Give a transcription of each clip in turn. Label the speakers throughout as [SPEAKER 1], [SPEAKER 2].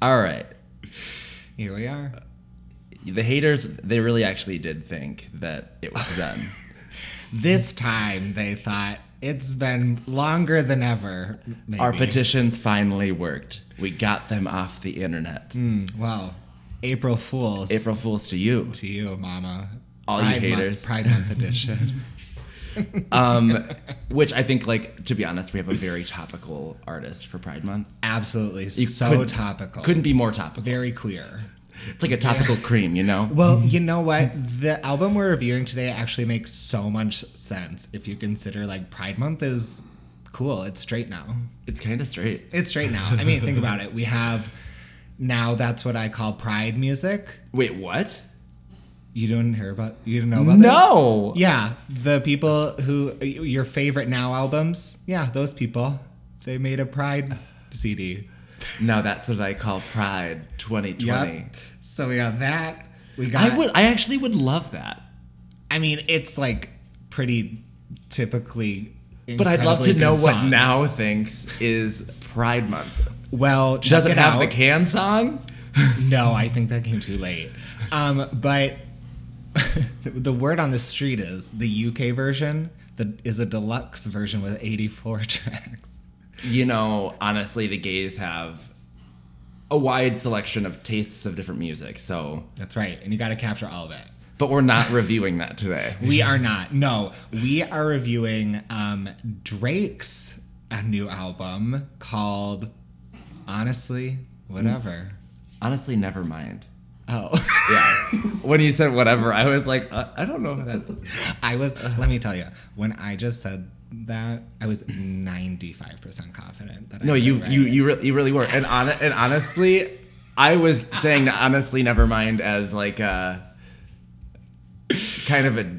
[SPEAKER 1] All right.
[SPEAKER 2] Here we are.
[SPEAKER 1] The haters, they really actually did think that it was done.
[SPEAKER 2] This time they thought it's been longer than ever. Maybe.
[SPEAKER 1] Our petitions finally worked. We got them off the internet.
[SPEAKER 2] Hmm. Well, April Fools.
[SPEAKER 1] April Fools to you.
[SPEAKER 2] to you, Mama.
[SPEAKER 1] All you
[SPEAKER 2] Pride
[SPEAKER 1] haters.
[SPEAKER 2] Month, Pride Month edition.
[SPEAKER 1] Which I think, like, to be honest, we have a very topical artist for Pride Month.
[SPEAKER 2] Absolutely, so
[SPEAKER 1] couldn't-
[SPEAKER 2] topical.
[SPEAKER 1] Couldn't be more topical.
[SPEAKER 2] Very queer.
[SPEAKER 1] It's like a topical cream, you know?
[SPEAKER 2] Well, you know what? The album we're reviewing today actually makes so much sense if you consider like Pride Month is cool. It's straight now.
[SPEAKER 1] It's kind of straight.
[SPEAKER 2] It's straight now. I mean, think about it. We have now that's what I call Pride music.
[SPEAKER 1] Wait, what?
[SPEAKER 2] You didn't hear about? You didn't know about? this?
[SPEAKER 1] No!
[SPEAKER 2] Yeah, the people who your favorite now albums. Yeah, those people. They made a Pride CD.
[SPEAKER 1] No, that's what I call Pride 2020.
[SPEAKER 2] Yep. So we got that. We got.
[SPEAKER 1] I would. I actually would love that.
[SPEAKER 2] I mean, it's like pretty typically.
[SPEAKER 1] But I'd love to
[SPEAKER 2] incredibly
[SPEAKER 1] know
[SPEAKER 2] good
[SPEAKER 1] what
[SPEAKER 2] songs.
[SPEAKER 1] now thinks is Pride Month.
[SPEAKER 2] Well, check
[SPEAKER 1] Does it
[SPEAKER 2] it
[SPEAKER 1] have
[SPEAKER 2] out.
[SPEAKER 1] the can song?
[SPEAKER 2] No, I think that came too late. Um, but the word on the street is the UK version the, is a deluxe version with 84 tracks.
[SPEAKER 1] You know, honestly, the gays have a wide selection of tastes of different music. So,
[SPEAKER 2] That's right, and you got to capture all of it.
[SPEAKER 1] but we're not reviewing that today.
[SPEAKER 2] We are not. No, we are reviewing um, Drake's a new album called Honestly Whatever.
[SPEAKER 1] Honestly, never mind. Mm.
[SPEAKER 2] Oh.
[SPEAKER 1] Yeah. when you said whatever, I was like, uh, I don't know that.
[SPEAKER 2] I was. Let me tell you, when I just said that, I was ninety-five percent confident that.
[SPEAKER 1] No,
[SPEAKER 2] I
[SPEAKER 1] you
[SPEAKER 2] read
[SPEAKER 1] you
[SPEAKER 2] it.
[SPEAKER 1] you really, you really were. And on and honestly, I was saying honestly, never mind as like a kind of a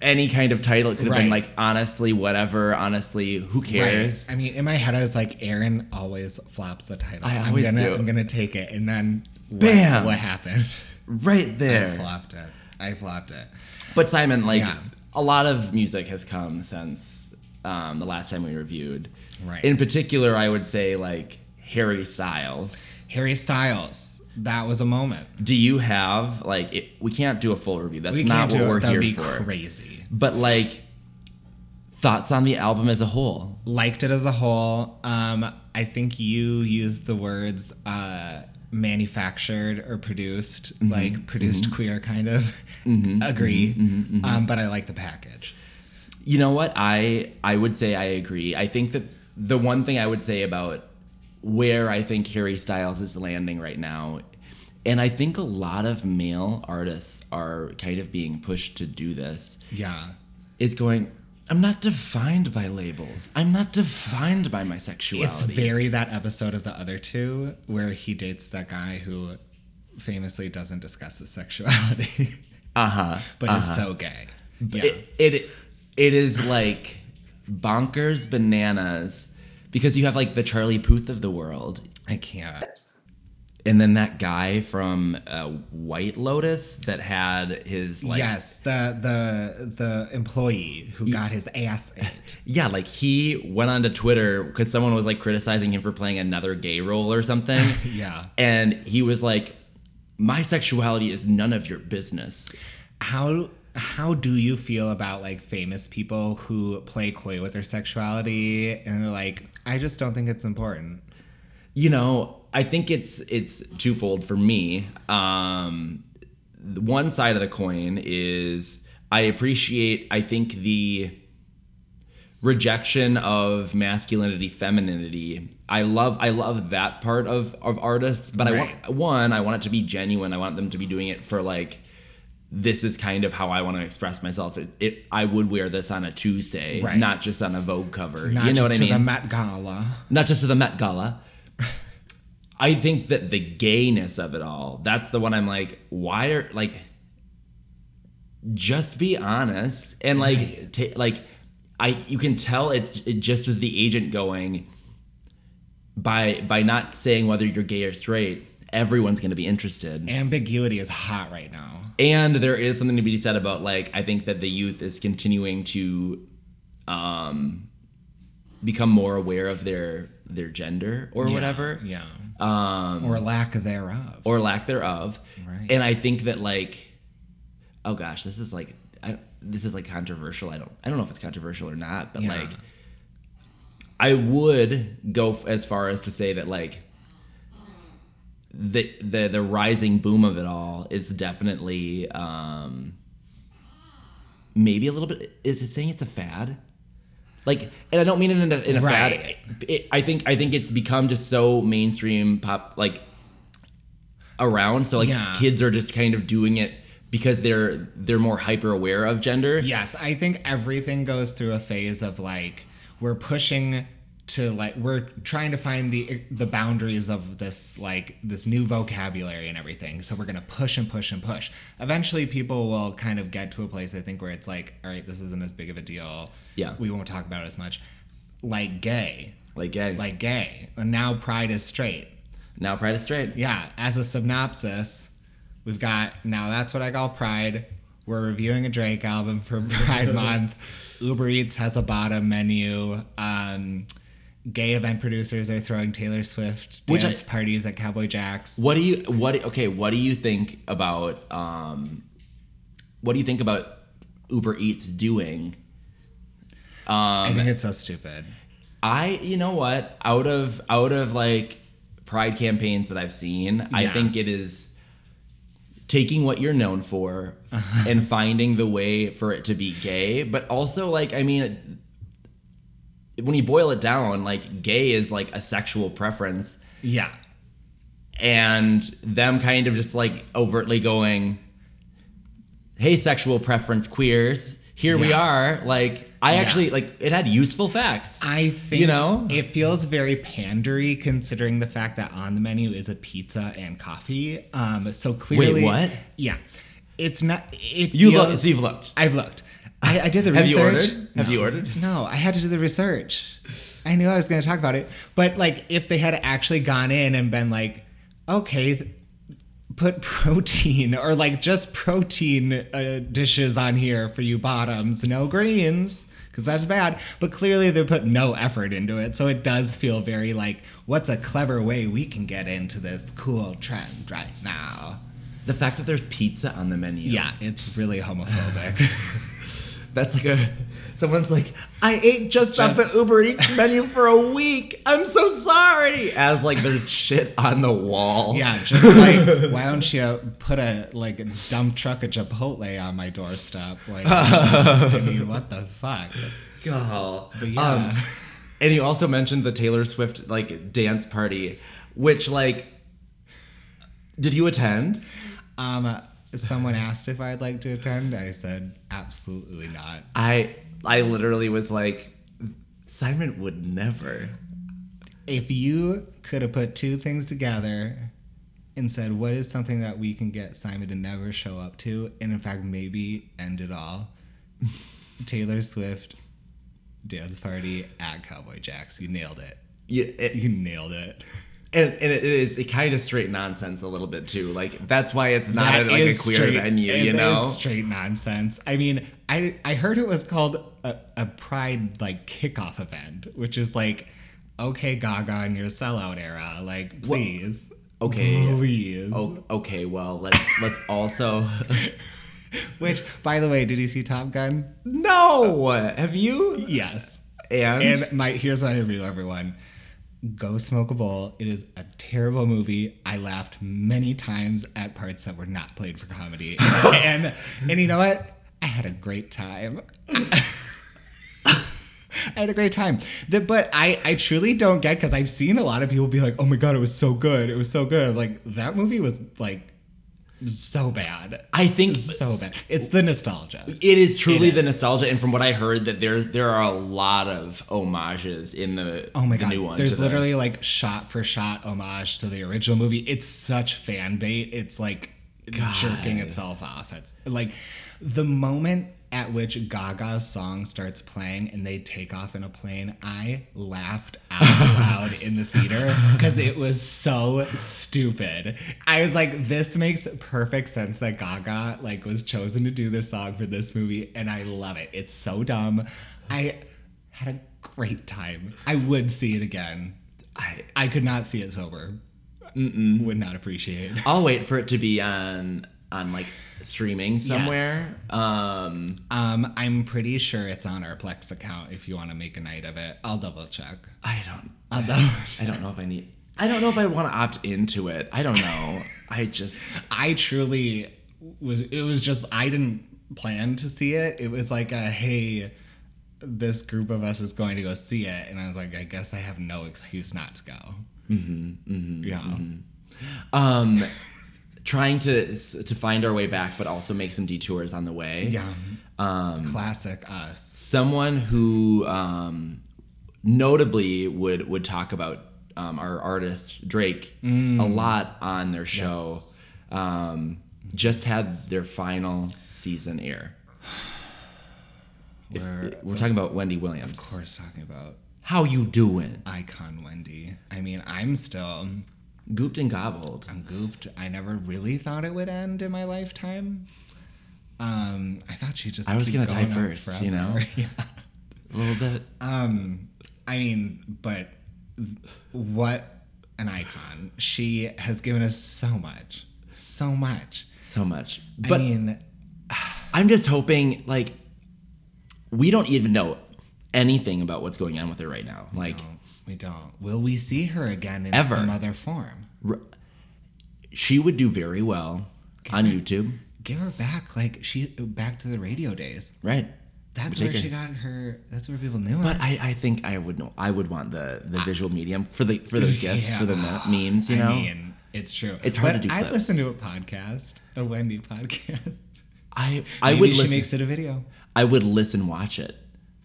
[SPEAKER 1] any kind of title. It could have been
[SPEAKER 2] Right.
[SPEAKER 1] like honestly, whatever. Honestly, who cares?
[SPEAKER 2] Right. I mean, in my head, I was like, Aaron always flops the title.
[SPEAKER 1] I always
[SPEAKER 2] am gonna,
[SPEAKER 1] do.
[SPEAKER 2] I'm gonna take it, and then what,
[SPEAKER 1] Bam!
[SPEAKER 2] What happened?
[SPEAKER 1] Right,
[SPEAKER 2] I
[SPEAKER 1] there.
[SPEAKER 2] flopped it. I flopped it.
[SPEAKER 1] But Simon, like
[SPEAKER 2] Yeah.
[SPEAKER 1] a lot of music has come since um, the last time we reviewed.
[SPEAKER 2] Right.
[SPEAKER 1] In particular, I would say like Harry Styles.
[SPEAKER 2] Harry Styles. That was a moment.
[SPEAKER 1] Do you have like it, we can't do a full review? That's
[SPEAKER 2] We
[SPEAKER 1] not
[SPEAKER 2] can't
[SPEAKER 1] what
[SPEAKER 2] do
[SPEAKER 1] we're
[SPEAKER 2] it.
[SPEAKER 1] here
[SPEAKER 2] That'd be
[SPEAKER 1] for.
[SPEAKER 2] crazy.
[SPEAKER 1] but like thoughts on the album as a whole
[SPEAKER 2] Liked it as a whole. Um, I think you used the words uh, manufactured or produced,
[SPEAKER 1] Mm-hmm.
[SPEAKER 2] like produced queer, kind of. Agree.
[SPEAKER 1] Mm-hmm.
[SPEAKER 2] Um, but I like the package.
[SPEAKER 1] you know what i i would say i agree i think that the one thing i would say about where i think harry styles is landing right now and i think a lot of male artists are kind of being pushed to do this
[SPEAKER 2] Yeah.
[SPEAKER 1] is going i'm not defined by labels i'm not defined by my sexuality
[SPEAKER 2] It's very that episode of the other two where he dates that guy who famously doesn't discuss his sexuality,
[SPEAKER 1] uh-huh
[SPEAKER 2] but is so gay. Yeah.
[SPEAKER 1] it, it it is like bonkers bananas because you have like the Charlie Puth of the world,
[SPEAKER 2] I can't.
[SPEAKER 1] and then that guy from uh, White Lotus that had his like
[SPEAKER 2] yes, the the the employee who got his ass ate.
[SPEAKER 1] yeah like he went onto Twitter because someone was like criticizing him for playing another gay role or something,
[SPEAKER 2] Yeah.
[SPEAKER 1] and he was like, "My sexuality is none of your business."
[SPEAKER 2] how how do you feel about like famous people who play coy with their sexuality and are like i just don't think it's important
[SPEAKER 1] you know i think it's it's twofold for me um the one side of the coin is i appreciate i think the rejection of masculinity femininity i love i love that part of of artists but i
[SPEAKER 2] Right.
[SPEAKER 1] want one i want it to be genuine i want them to be doing it for like this is kind of how i want to express myself it, it i would wear this on a tuesday
[SPEAKER 2] Right.
[SPEAKER 1] not just on a vogue cover
[SPEAKER 2] not
[SPEAKER 1] you know
[SPEAKER 2] just
[SPEAKER 1] what i
[SPEAKER 2] to
[SPEAKER 1] mean
[SPEAKER 2] the met gala
[SPEAKER 1] not just to the Met Gala. I think that the gayness of it all, that's the one I'm like, why are like just be honest and like ta like I you can tell it's it just as the agent going by by not saying whether you're gay or straight, everyone's going to be interested.
[SPEAKER 2] ambiguity is hot right now
[SPEAKER 1] And there is something to be said about like I think that the youth is continuing to um become more aware of their their gender or whatever Um,
[SPEAKER 2] Yeah. or lack thereof.
[SPEAKER 1] or lack thereof.
[SPEAKER 2] Right.
[SPEAKER 1] And I think that like, oh gosh, this is like, I, this is like controversial. I don't, I don't know if it's controversial or not, but
[SPEAKER 2] Yeah.
[SPEAKER 1] like, I would go f- as far as to say that like, the the the rising boom of it all is definitely um, maybe a little bit. Is it saying it's a fad? Like, and I don't mean it in a, in a
[SPEAKER 2] Right.
[SPEAKER 1] fad. It, I think I think it's become just so mainstream pop like around. So like
[SPEAKER 2] Yeah.
[SPEAKER 1] kids are just kind of doing it because they're they're more hyper aware of gender.
[SPEAKER 2] Yes, I think everything goes through a phase of like we're pushing to like we're trying to find the the boundaries of this like this new vocabulary and everything. So we're going to push and push and push. Eventually people will kind of get to a place I think where it's like all right, this isn't as big of a deal.
[SPEAKER 1] Yeah.
[SPEAKER 2] We won't talk about it as much. Like gay.
[SPEAKER 1] Like gay.
[SPEAKER 2] Like gay. And now pride is straight.
[SPEAKER 1] now pride is straight.
[SPEAKER 2] Yeah, as a synopsis, we've got now that's what I call Pride. We're reviewing a Drake album for Pride Month. Uber Eats has a bottom menu. Um, gay event producers are throwing Taylor Swift
[SPEAKER 1] Which I- Um,
[SPEAKER 2] dance parties at Cowboy Jack's.
[SPEAKER 1] What do you what okay, what do you think about um what do you think about Uber Eats doing?
[SPEAKER 2] I think it's so stupid.
[SPEAKER 1] I you know what? Out of out of like pride campaigns that I've seen, I
[SPEAKER 2] Yeah.
[SPEAKER 1] think it is taking what you're known for and finding the way for it to be gay, but also like I mean when you boil it down, like gay is like a sexual preference
[SPEAKER 2] Yeah.
[SPEAKER 1] and them kind of just like overtly going, "Hey, sexual preference queers, here we
[SPEAKER 2] Yeah.
[SPEAKER 1] are." Like I
[SPEAKER 2] Yeah.
[SPEAKER 1] actually like it had useful facts.
[SPEAKER 2] I think
[SPEAKER 1] You know?
[SPEAKER 2] it feels very pandery considering the fact that on the menu is a pizza and coffee. Um, so clearly,
[SPEAKER 1] what?
[SPEAKER 2] Yeah, it's not. It
[SPEAKER 1] you
[SPEAKER 2] feels,
[SPEAKER 1] look, so you've looked.
[SPEAKER 2] I've looked. I, I did the
[SPEAKER 1] Have you
[SPEAKER 2] research.
[SPEAKER 1] ordered? Have
[SPEAKER 2] No.
[SPEAKER 1] you ordered?
[SPEAKER 2] No, I had to do the research. I knew I was going to talk about it, but like if they had actually gone in and been like, okay, th- put protein or like just protein uh, dishes on here for you bottoms, no greens. Because that's bad, but clearly they put no effort into it, so it does feel very like, what's a clever way we can get into this cool trend right now?
[SPEAKER 1] The fact that there's pizza on the menu.
[SPEAKER 2] Yeah, it's really homophobic.
[SPEAKER 1] That's like a someone's like, I ate just off the Uber Eats menu for a week. I'm so sorry. As like there's shit on the wall.
[SPEAKER 2] Yeah, just like why don't you put a like a dump truck of Chipotle on my doorstep? Like, I mean, what the fuck?
[SPEAKER 1] God.
[SPEAKER 2] But yeah.
[SPEAKER 1] Um, and you also mentioned the Taylor Swift like dance party, which like did you attend?
[SPEAKER 2] Um, someone asked if I'd like to attend. I said absolutely not.
[SPEAKER 1] I I literally was like Simon would never.
[SPEAKER 2] If you could have put two things together and said what is something that we can get Simon to never show up to, and in fact maybe end it all, Taylor Swift dance party at Cowboy Jack's. You nailed it.
[SPEAKER 1] You, it,
[SPEAKER 2] You nailed it.
[SPEAKER 1] and, and it is it kind of straight nonsense a little bit too. Like that's why it's not
[SPEAKER 2] That
[SPEAKER 1] at, like a
[SPEAKER 2] is
[SPEAKER 1] queer
[SPEAKER 2] straight-
[SPEAKER 1] venue,
[SPEAKER 2] it
[SPEAKER 1] you
[SPEAKER 2] is
[SPEAKER 1] know.
[SPEAKER 2] straight nonsense. I mean, I I heard it was called a, a Pride like kickoff event, which is like, okay, Gaga in your sellout era, like please,
[SPEAKER 1] Okay.
[SPEAKER 2] please.
[SPEAKER 1] Oh, okay. Well, let's let's also.
[SPEAKER 2] Which, by the way, did you see Top Gun?
[SPEAKER 1] no, have you?
[SPEAKER 2] Yes.
[SPEAKER 1] And,
[SPEAKER 2] And my here's my review, everyone. Go smoke a bowl. It is a terrible movie. I laughed many times at parts that were not played for comedy, and and you know what? I had a great time. I had a great time. The- but I, I truly don't get because I've seen a lot of people be like, "Oh my god, it was so good! It was so good!" I was like, that movie was like so bad,
[SPEAKER 1] I think
[SPEAKER 2] so bad. It's the nostalgia.
[SPEAKER 1] It is truly
[SPEAKER 2] It is.
[SPEAKER 1] the nostalgia, and from what I heard, that there there are a lot of homages in the
[SPEAKER 2] Oh my
[SPEAKER 1] the
[SPEAKER 2] god!
[SPEAKER 1] new one.
[SPEAKER 2] There's
[SPEAKER 1] to the-
[SPEAKER 2] literally like shot for shot homage to the original movie. It's such fan bait. It's like jerking itself off. It's like the moment at which Gaga's song starts playing and they take off in a plane. I laughed out loud in the theater because it was so stupid. I was like, this makes perfect sense that Gaga like was chosen to do this song for this movie, and I love it. It's so dumb. I had a great time. I would see it again.
[SPEAKER 1] I
[SPEAKER 2] I could not see it sober. Would not appreciate.
[SPEAKER 1] I'll wait for it to be on on like streaming somewhere. Um
[SPEAKER 2] Um, I'm pretty sure it's on our Plex account. If you want to make a night of it, I'll double check.
[SPEAKER 1] I don't
[SPEAKER 2] I'll double.
[SPEAKER 1] I don't know if I need I don't know if I want to opt into it. I don't know. I just
[SPEAKER 2] I truly was. It was just I didn't plan to see it. It was like a hey, this group of us is going to go see it, and I was like, I guess I have no excuse not to go. Mm-hmm, yeah.
[SPEAKER 1] um trying to to find our way back but also make some detours on the way.
[SPEAKER 2] Yeah. Um, Classic us.
[SPEAKER 1] someone who um, notably would would talk about um, our artist Drake a
[SPEAKER 2] Mm.
[SPEAKER 1] lot on their show. Um, just had their final season air.
[SPEAKER 2] We're of
[SPEAKER 1] We're talking about Wendy Williams.
[SPEAKER 2] course talking about
[SPEAKER 1] How you doing?
[SPEAKER 2] icon Wendy. I mean, I'm still
[SPEAKER 1] Gooped and gobbled.
[SPEAKER 2] I'm gooped. I never really thought it would end in my lifetime. Um, I thought she just
[SPEAKER 1] I was
[SPEAKER 2] keep
[SPEAKER 1] gonna die
[SPEAKER 2] going on
[SPEAKER 1] first, you
[SPEAKER 2] forever.
[SPEAKER 1] know?
[SPEAKER 2] yeah.
[SPEAKER 1] A little bit.
[SPEAKER 2] Um, I mean, but what an icon. She has given us so much, so much.
[SPEAKER 1] So much. But
[SPEAKER 2] I mean,
[SPEAKER 1] I'm just hoping, like, we don't even know anything about what's going on with her right now. Like,
[SPEAKER 2] no, we don't. Will we see her again in
[SPEAKER 1] Ever.
[SPEAKER 2] some other form?
[SPEAKER 1] r- she would do very well on YouTube.
[SPEAKER 2] Give her back, like she back to the radio days.
[SPEAKER 1] Right.
[SPEAKER 2] That's
[SPEAKER 1] Take
[SPEAKER 2] where
[SPEAKER 1] her-
[SPEAKER 2] she got her. That's where people knew her.
[SPEAKER 1] But I, I think I would know. I would want the the visual medium for the for the gifts
[SPEAKER 2] Yeah.
[SPEAKER 1] for the me- memes. You know,
[SPEAKER 2] I mean, it's true.
[SPEAKER 1] It's hard
[SPEAKER 2] But
[SPEAKER 1] to do
[SPEAKER 2] I
[SPEAKER 1] clips.
[SPEAKER 2] listen to a podcast, a Wendy podcast.
[SPEAKER 1] I I
[SPEAKER 2] Maybe
[SPEAKER 1] would
[SPEAKER 2] she
[SPEAKER 1] listen.
[SPEAKER 2] makes it a video.
[SPEAKER 1] I would listen, watch it.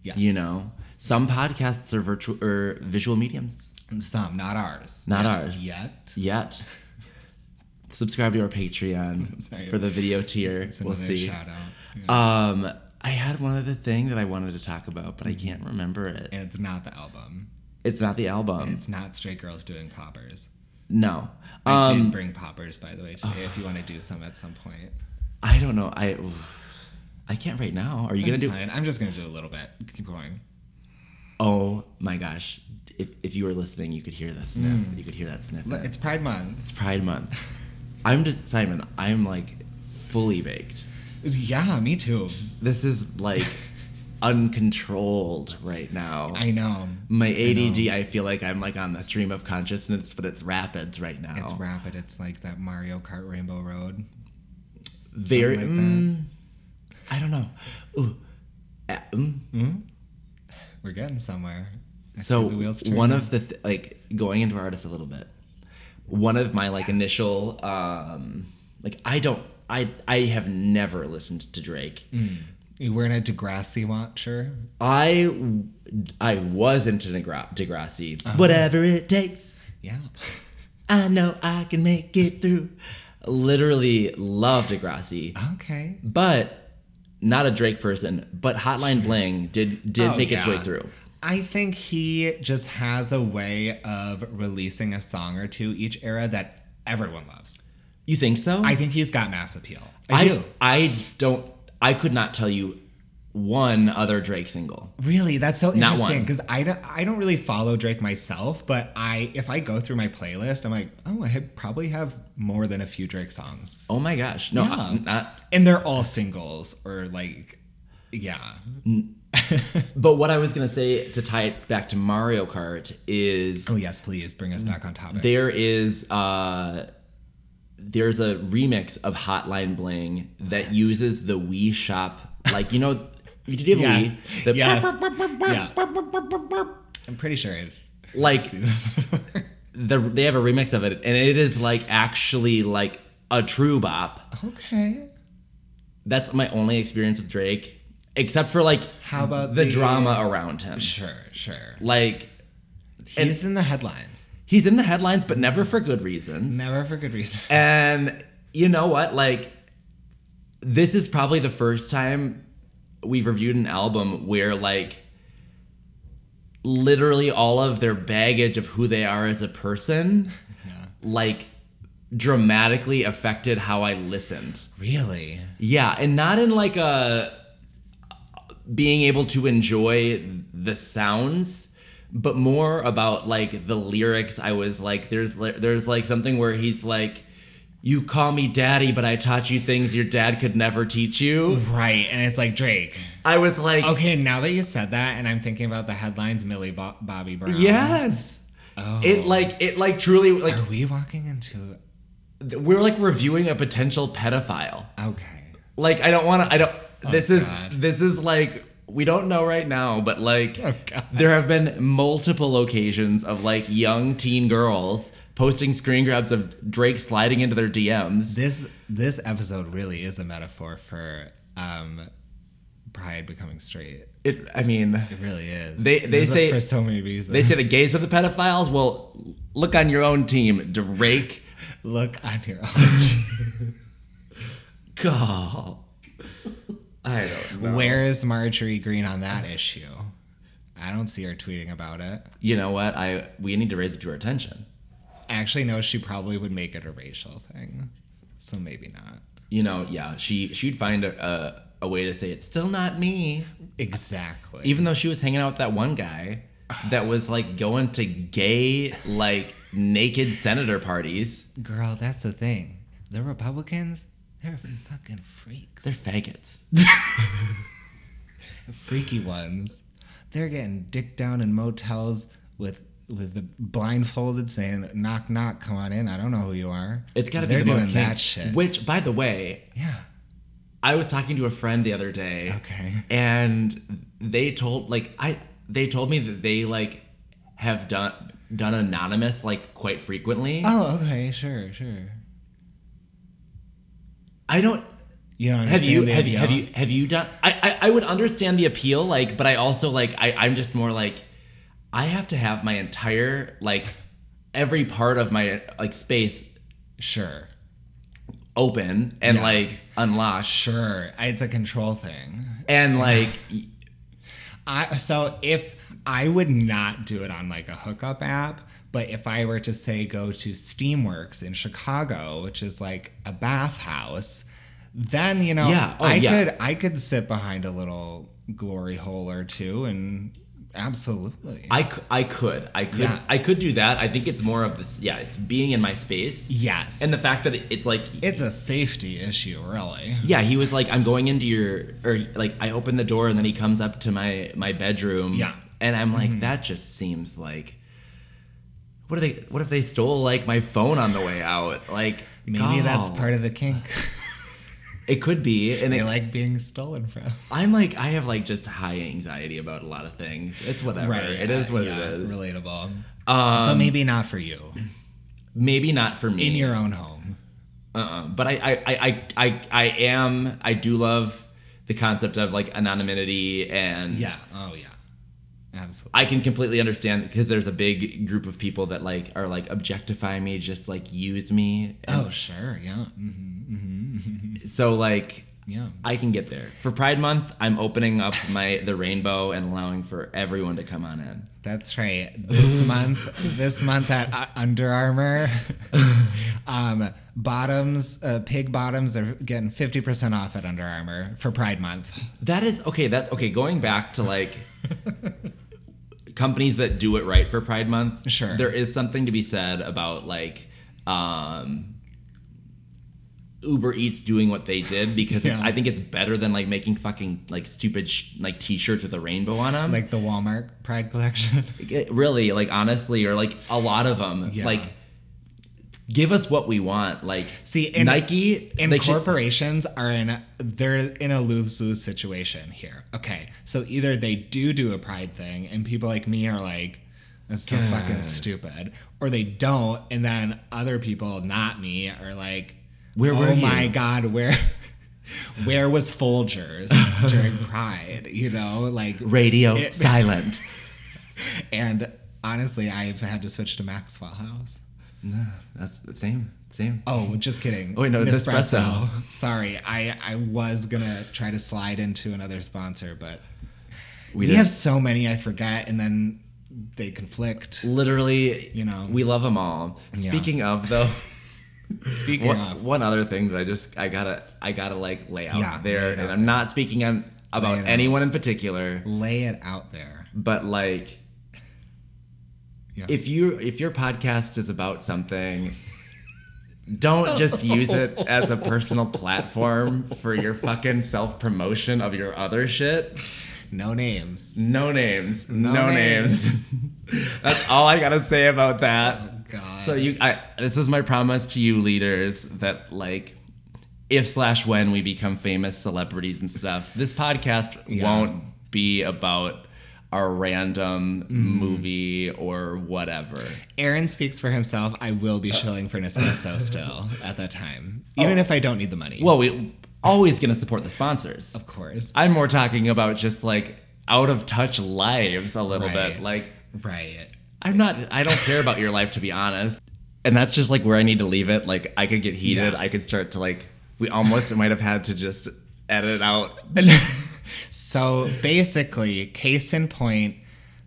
[SPEAKER 2] Yes.
[SPEAKER 1] You know, some podcasts are virtual or visual mediums.
[SPEAKER 2] And Some, not ours.
[SPEAKER 1] Not
[SPEAKER 2] Yet-
[SPEAKER 1] ours.
[SPEAKER 2] yet.
[SPEAKER 1] Yet, subscribe to our Patreon
[SPEAKER 2] Sorry.
[SPEAKER 1] for the video tier.
[SPEAKER 2] It's
[SPEAKER 1] We'll
[SPEAKER 2] another
[SPEAKER 1] see.
[SPEAKER 2] Shout out.
[SPEAKER 1] Um, I had one other thing that I wanted to talk about, but I can't remember it.
[SPEAKER 2] It's not the album.
[SPEAKER 1] It's not the album.
[SPEAKER 2] It's not straight girls doing poppers.
[SPEAKER 1] No.
[SPEAKER 2] I
[SPEAKER 1] Um,
[SPEAKER 2] did bring poppers by the way today. if you want to do some at some point,
[SPEAKER 1] I don't know. I I can't right now. Are you gonna
[SPEAKER 2] That's
[SPEAKER 1] do?
[SPEAKER 2] fine. I'm just gonna do a little bit. Keep going.
[SPEAKER 1] Oh my gosh. If, if you were listening, you could hear the sniff.
[SPEAKER 2] Mm.
[SPEAKER 1] You could hear that sniff.
[SPEAKER 2] Look, It's Pride Month.
[SPEAKER 1] It's Pride Month. I'm just, Simon, I'm like fully baked.
[SPEAKER 2] Yeah, me too.
[SPEAKER 1] This is like uncontrolled right now.
[SPEAKER 2] I know.
[SPEAKER 1] my ADD, I, feel like I'm like on the stream of consciousness, but it's rapids right now.
[SPEAKER 2] It's rapid. It's like that Mario Kart Rainbow Road.
[SPEAKER 1] Very.
[SPEAKER 2] like that.
[SPEAKER 1] mm, I don't know. Ooh. Uh, mm.
[SPEAKER 2] We're getting somewhere. I see
[SPEAKER 1] So
[SPEAKER 2] the wheels
[SPEAKER 1] one
[SPEAKER 2] turning.
[SPEAKER 1] of the th- like going into artists a little bit. One of my like initial um like I don't I I have never listened to Drake.
[SPEAKER 2] Mm. You weren't a Degrassi watcher.
[SPEAKER 1] I I was into Negra- Degrassi.
[SPEAKER 2] Uh-huh.
[SPEAKER 1] Whatever it takes,
[SPEAKER 2] Yeah.
[SPEAKER 1] I know I can make it through. Literally love Degrassi,
[SPEAKER 2] Uh-huh. Okay.
[SPEAKER 1] but not a Drake person. But Hotline Bling did did
[SPEAKER 2] Oh,
[SPEAKER 1] make its way
[SPEAKER 2] yeah.
[SPEAKER 1] through.
[SPEAKER 2] I think he just has a way of releasing a song or two each era that everyone loves.
[SPEAKER 1] You think so?
[SPEAKER 2] I think he's got mass appeal. I,
[SPEAKER 1] I
[SPEAKER 2] do.
[SPEAKER 1] I don't I could not tell you one other Drake single.
[SPEAKER 2] Really, that's so
[SPEAKER 1] Not
[SPEAKER 2] interesting
[SPEAKER 1] one.
[SPEAKER 2] because I don't, I don't really follow Drake myself, but I if I go through my playlist, I'm like, oh, I had, probably have more than a few Drake songs,
[SPEAKER 1] Oh my gosh. No, I-
[SPEAKER 2] Yeah.
[SPEAKER 1] not
[SPEAKER 2] and they're all singles or like, yeah,
[SPEAKER 1] but what I was gonna say to tie it back to Mario Kart is
[SPEAKER 2] Oh yes, please bring us back on topic.
[SPEAKER 1] there is uh there's a remix of Hotline Bling that uses the Wii Shop like you know you did have a
[SPEAKER 2] Yes.
[SPEAKER 1] Wii the
[SPEAKER 2] Yes. I'm pretty sure it.
[SPEAKER 1] like the, they have a remix of it and it is like actually like a true bop
[SPEAKER 2] okay.
[SPEAKER 1] That's my only experience with Drake, except for like
[SPEAKER 2] How about
[SPEAKER 1] the,
[SPEAKER 2] the-
[SPEAKER 1] drama around him.
[SPEAKER 2] Sure, sure.
[SPEAKER 1] Like
[SPEAKER 2] He's in the headlines.
[SPEAKER 1] he's in the headlines, but never for good reasons.
[SPEAKER 2] Never for good reason.
[SPEAKER 1] And you know what? Like this is probably the first time we've reviewed an album where like literally all of their baggage of who they are as a person, like dramatically affected how I listened.
[SPEAKER 2] Really?
[SPEAKER 1] Yeah, and not in like a being able to enjoy the sounds, but more about like the lyrics. I was like, there's li- there's like something where he's like, "You call me daddy, but I taught you things your dad could never teach you."
[SPEAKER 2] Right, and it's like Drake.
[SPEAKER 1] I was like,
[SPEAKER 2] Okay, now that you said that, and I'm thinking about the headlines, Millie Bo- Bobby Brown. Oh.
[SPEAKER 1] yes. It like it like truly like
[SPEAKER 2] Are we walking into?
[SPEAKER 1] we're like reviewing a potential pedophile.
[SPEAKER 2] Okay.
[SPEAKER 1] Like I don't want to. I don't. this is
[SPEAKER 2] Oh, God. Oh,
[SPEAKER 1] this is like we don't know right now, but like
[SPEAKER 2] God.
[SPEAKER 1] there have been multiple occasions of like young teen girls posting screen grabs of Drake sliding into their DMs.
[SPEAKER 2] This this episode really is a metaphor for um, pride becoming straight.
[SPEAKER 1] It. I mean,
[SPEAKER 2] It really is.
[SPEAKER 1] They- they
[SPEAKER 2] It is
[SPEAKER 1] say-
[SPEAKER 2] for so many reasons.
[SPEAKER 1] they say the gaze of the pedophiles. Well, look on your own team, Drake.
[SPEAKER 2] look on your
[SPEAKER 1] God. I don't know.
[SPEAKER 2] Where is Marjorie Green on that issue? I don't see her tweeting about it.
[SPEAKER 1] You know what? I we need to raise it to her attention.
[SPEAKER 2] I actually know she probably would make it a racial thing, so maybe not.
[SPEAKER 1] You know, yeah, she she'd find a, a, a way to say it's still not me.
[SPEAKER 2] Exactly.
[SPEAKER 1] even though she was hanging out with that one guy that was like going to gay like naked senator parties
[SPEAKER 2] Girl, that's the thing. The Republicans, they're fucking freaks.
[SPEAKER 1] they're faggots
[SPEAKER 2] Freaky ones. They're getting dicked down in motels with with the blindfolded saying knock knock come on in I don't know who you are
[SPEAKER 1] it's got to be
[SPEAKER 2] They're
[SPEAKER 1] the most
[SPEAKER 2] doing
[SPEAKER 1] kink.
[SPEAKER 2] that shit
[SPEAKER 1] which by the way
[SPEAKER 2] yeah
[SPEAKER 1] i was talking to a friend the other day
[SPEAKER 2] Okay.
[SPEAKER 1] and they told like i they told me that they like have done done anonymous like quite frequently
[SPEAKER 2] oh okay sure sure
[SPEAKER 1] i don't
[SPEAKER 2] you know
[SPEAKER 1] have you have you have you have you done I, I i would understand the appeal like but i also like i i'm just more like i have to have my entire like every part of my like space
[SPEAKER 2] sure
[SPEAKER 1] open and
[SPEAKER 2] Yeah.
[SPEAKER 1] like unlocked
[SPEAKER 2] sure it's a control thing
[SPEAKER 1] and like y-
[SPEAKER 2] I so if I would not do it on like a hookup app, but if I were to say go to Steamworks in Chicago, which is like a bathhouse, then you know
[SPEAKER 1] Yeah. Oh,
[SPEAKER 2] I
[SPEAKER 1] yeah.
[SPEAKER 2] could I could sit behind a little glory hole or two and absolutely.
[SPEAKER 1] I, c- I could i could
[SPEAKER 2] Yes.
[SPEAKER 1] i could do that i think it's more of this yeah it's being in my space
[SPEAKER 2] yes.
[SPEAKER 1] and the fact that it- it's like
[SPEAKER 2] it's a safety issue, really.
[SPEAKER 1] yeah he was like i'm going into your or like i open the door and then he comes up to my my bedroom
[SPEAKER 2] Yeah. Mm-hmm.
[SPEAKER 1] and i'm like that just seems like what are they what if they stole like my phone on the way out like
[SPEAKER 2] Maybe that's part of the kink.
[SPEAKER 1] it could be and
[SPEAKER 2] they
[SPEAKER 1] it,
[SPEAKER 2] like being stolen from.
[SPEAKER 1] i'm like i have like just high anxiety about a lot of things it's whatever it is
[SPEAKER 2] yeah,
[SPEAKER 1] what
[SPEAKER 2] yeah,
[SPEAKER 1] it is Um,
[SPEAKER 2] Relatable. so maybe not for you.
[SPEAKER 1] maybe not for me
[SPEAKER 2] In your own home.
[SPEAKER 1] Uh-uh. But I, I, I, I, I, I am. I do love the concept of like anonymity, and
[SPEAKER 2] Yeah. Oh yeah. Absolutely.
[SPEAKER 1] I can completely understand because there's a big group of people that like are like objectify me, just like use me. And
[SPEAKER 2] Oh sure. Yeah. hmm
[SPEAKER 1] So like,
[SPEAKER 2] Yeah.
[SPEAKER 1] I can get there. For Pride Month, I'm opening up my the rainbow and allowing for everyone to come on in.
[SPEAKER 2] That's right. This month, this month at uh, Under Armour, um, bottoms, uh, pig bottoms are getting fifty percent off at Under Armour for Pride Month.
[SPEAKER 1] That is okay. That's okay. Going back to like companies that do it right for Pride Month.
[SPEAKER 2] Sure.
[SPEAKER 1] there is something to be said about like um, Uber Eats doing what they did because it's,
[SPEAKER 2] Yeah.
[SPEAKER 1] I think it's better than like making fucking like stupid sh- like T-shirts with a rainbow on them.
[SPEAKER 2] Like the Walmart Pride collection.
[SPEAKER 1] It- really, like honestly, or like a lot of them.
[SPEAKER 2] Yeah.
[SPEAKER 1] Like, give us what we want. Like,
[SPEAKER 2] See, and-
[SPEAKER 1] Nike
[SPEAKER 2] And
[SPEAKER 1] they should-
[SPEAKER 2] corporations are in they're in a lose lose situation here. Okay, so either they do do a pride thing, and people like me are like, "That's so fucking
[SPEAKER 1] God.
[SPEAKER 2] stupid," or they don't, and then other people, not me, are like,
[SPEAKER 1] Where
[SPEAKER 2] oh
[SPEAKER 1] were you?"
[SPEAKER 2] my god, where?" Where was Folgers during Pride? You know, like,
[SPEAKER 1] radio
[SPEAKER 2] It-
[SPEAKER 1] silent.
[SPEAKER 2] and honestly, I've had to switch to Maxwell House.
[SPEAKER 1] That's the same. Same.
[SPEAKER 2] Oh, just kidding.
[SPEAKER 1] wait, no,
[SPEAKER 2] Nespresso. Sorry, I I was gonna try to slide into another sponsor, but we,
[SPEAKER 1] did-
[SPEAKER 2] have so many I forget, and then they conflict.
[SPEAKER 1] literally
[SPEAKER 2] You know.
[SPEAKER 1] we love them all
[SPEAKER 2] Yeah.
[SPEAKER 1] speaking of though
[SPEAKER 2] Speaking
[SPEAKER 1] one,
[SPEAKER 2] of,
[SPEAKER 1] one other thing that i just i gotta i gotta like lay out
[SPEAKER 2] Yeah, lay
[SPEAKER 1] there
[SPEAKER 2] it
[SPEAKER 1] and
[SPEAKER 2] out
[SPEAKER 1] i'm not speaking on,
[SPEAKER 2] Lay it
[SPEAKER 1] about
[SPEAKER 2] out.
[SPEAKER 1] anyone in particular
[SPEAKER 2] lay it out there.
[SPEAKER 1] but like
[SPEAKER 2] Yeah.
[SPEAKER 1] if you if your podcast is about something don't just use it as a personal platform for your fucking self-promotion of your other shit
[SPEAKER 2] no names.
[SPEAKER 1] no names no,
[SPEAKER 2] names.
[SPEAKER 1] names, that's all i gotta say about that
[SPEAKER 2] Oh, God.
[SPEAKER 1] so you i this is my promise to you leaders that like if slash when we become famous celebrities and stuff this podcast won't be about a random movie or whatever
[SPEAKER 2] Aaron speaks for himself. I will be shilling for Nespresso still at that time, even if I don't need the money.
[SPEAKER 1] Oh. Well, we always gonna support the sponsors.
[SPEAKER 2] of course.
[SPEAKER 1] I'm more talking about just like out of touch lives a little
[SPEAKER 2] Right.
[SPEAKER 1] bit. Like
[SPEAKER 2] Right.
[SPEAKER 1] I'm not. I don't care about your life to be honest. And that's just like where I need to leave it. Like I could get heated.
[SPEAKER 2] Yeah.
[SPEAKER 1] I could start to like. We almost might have had to just edit out.
[SPEAKER 2] So basically, case in point,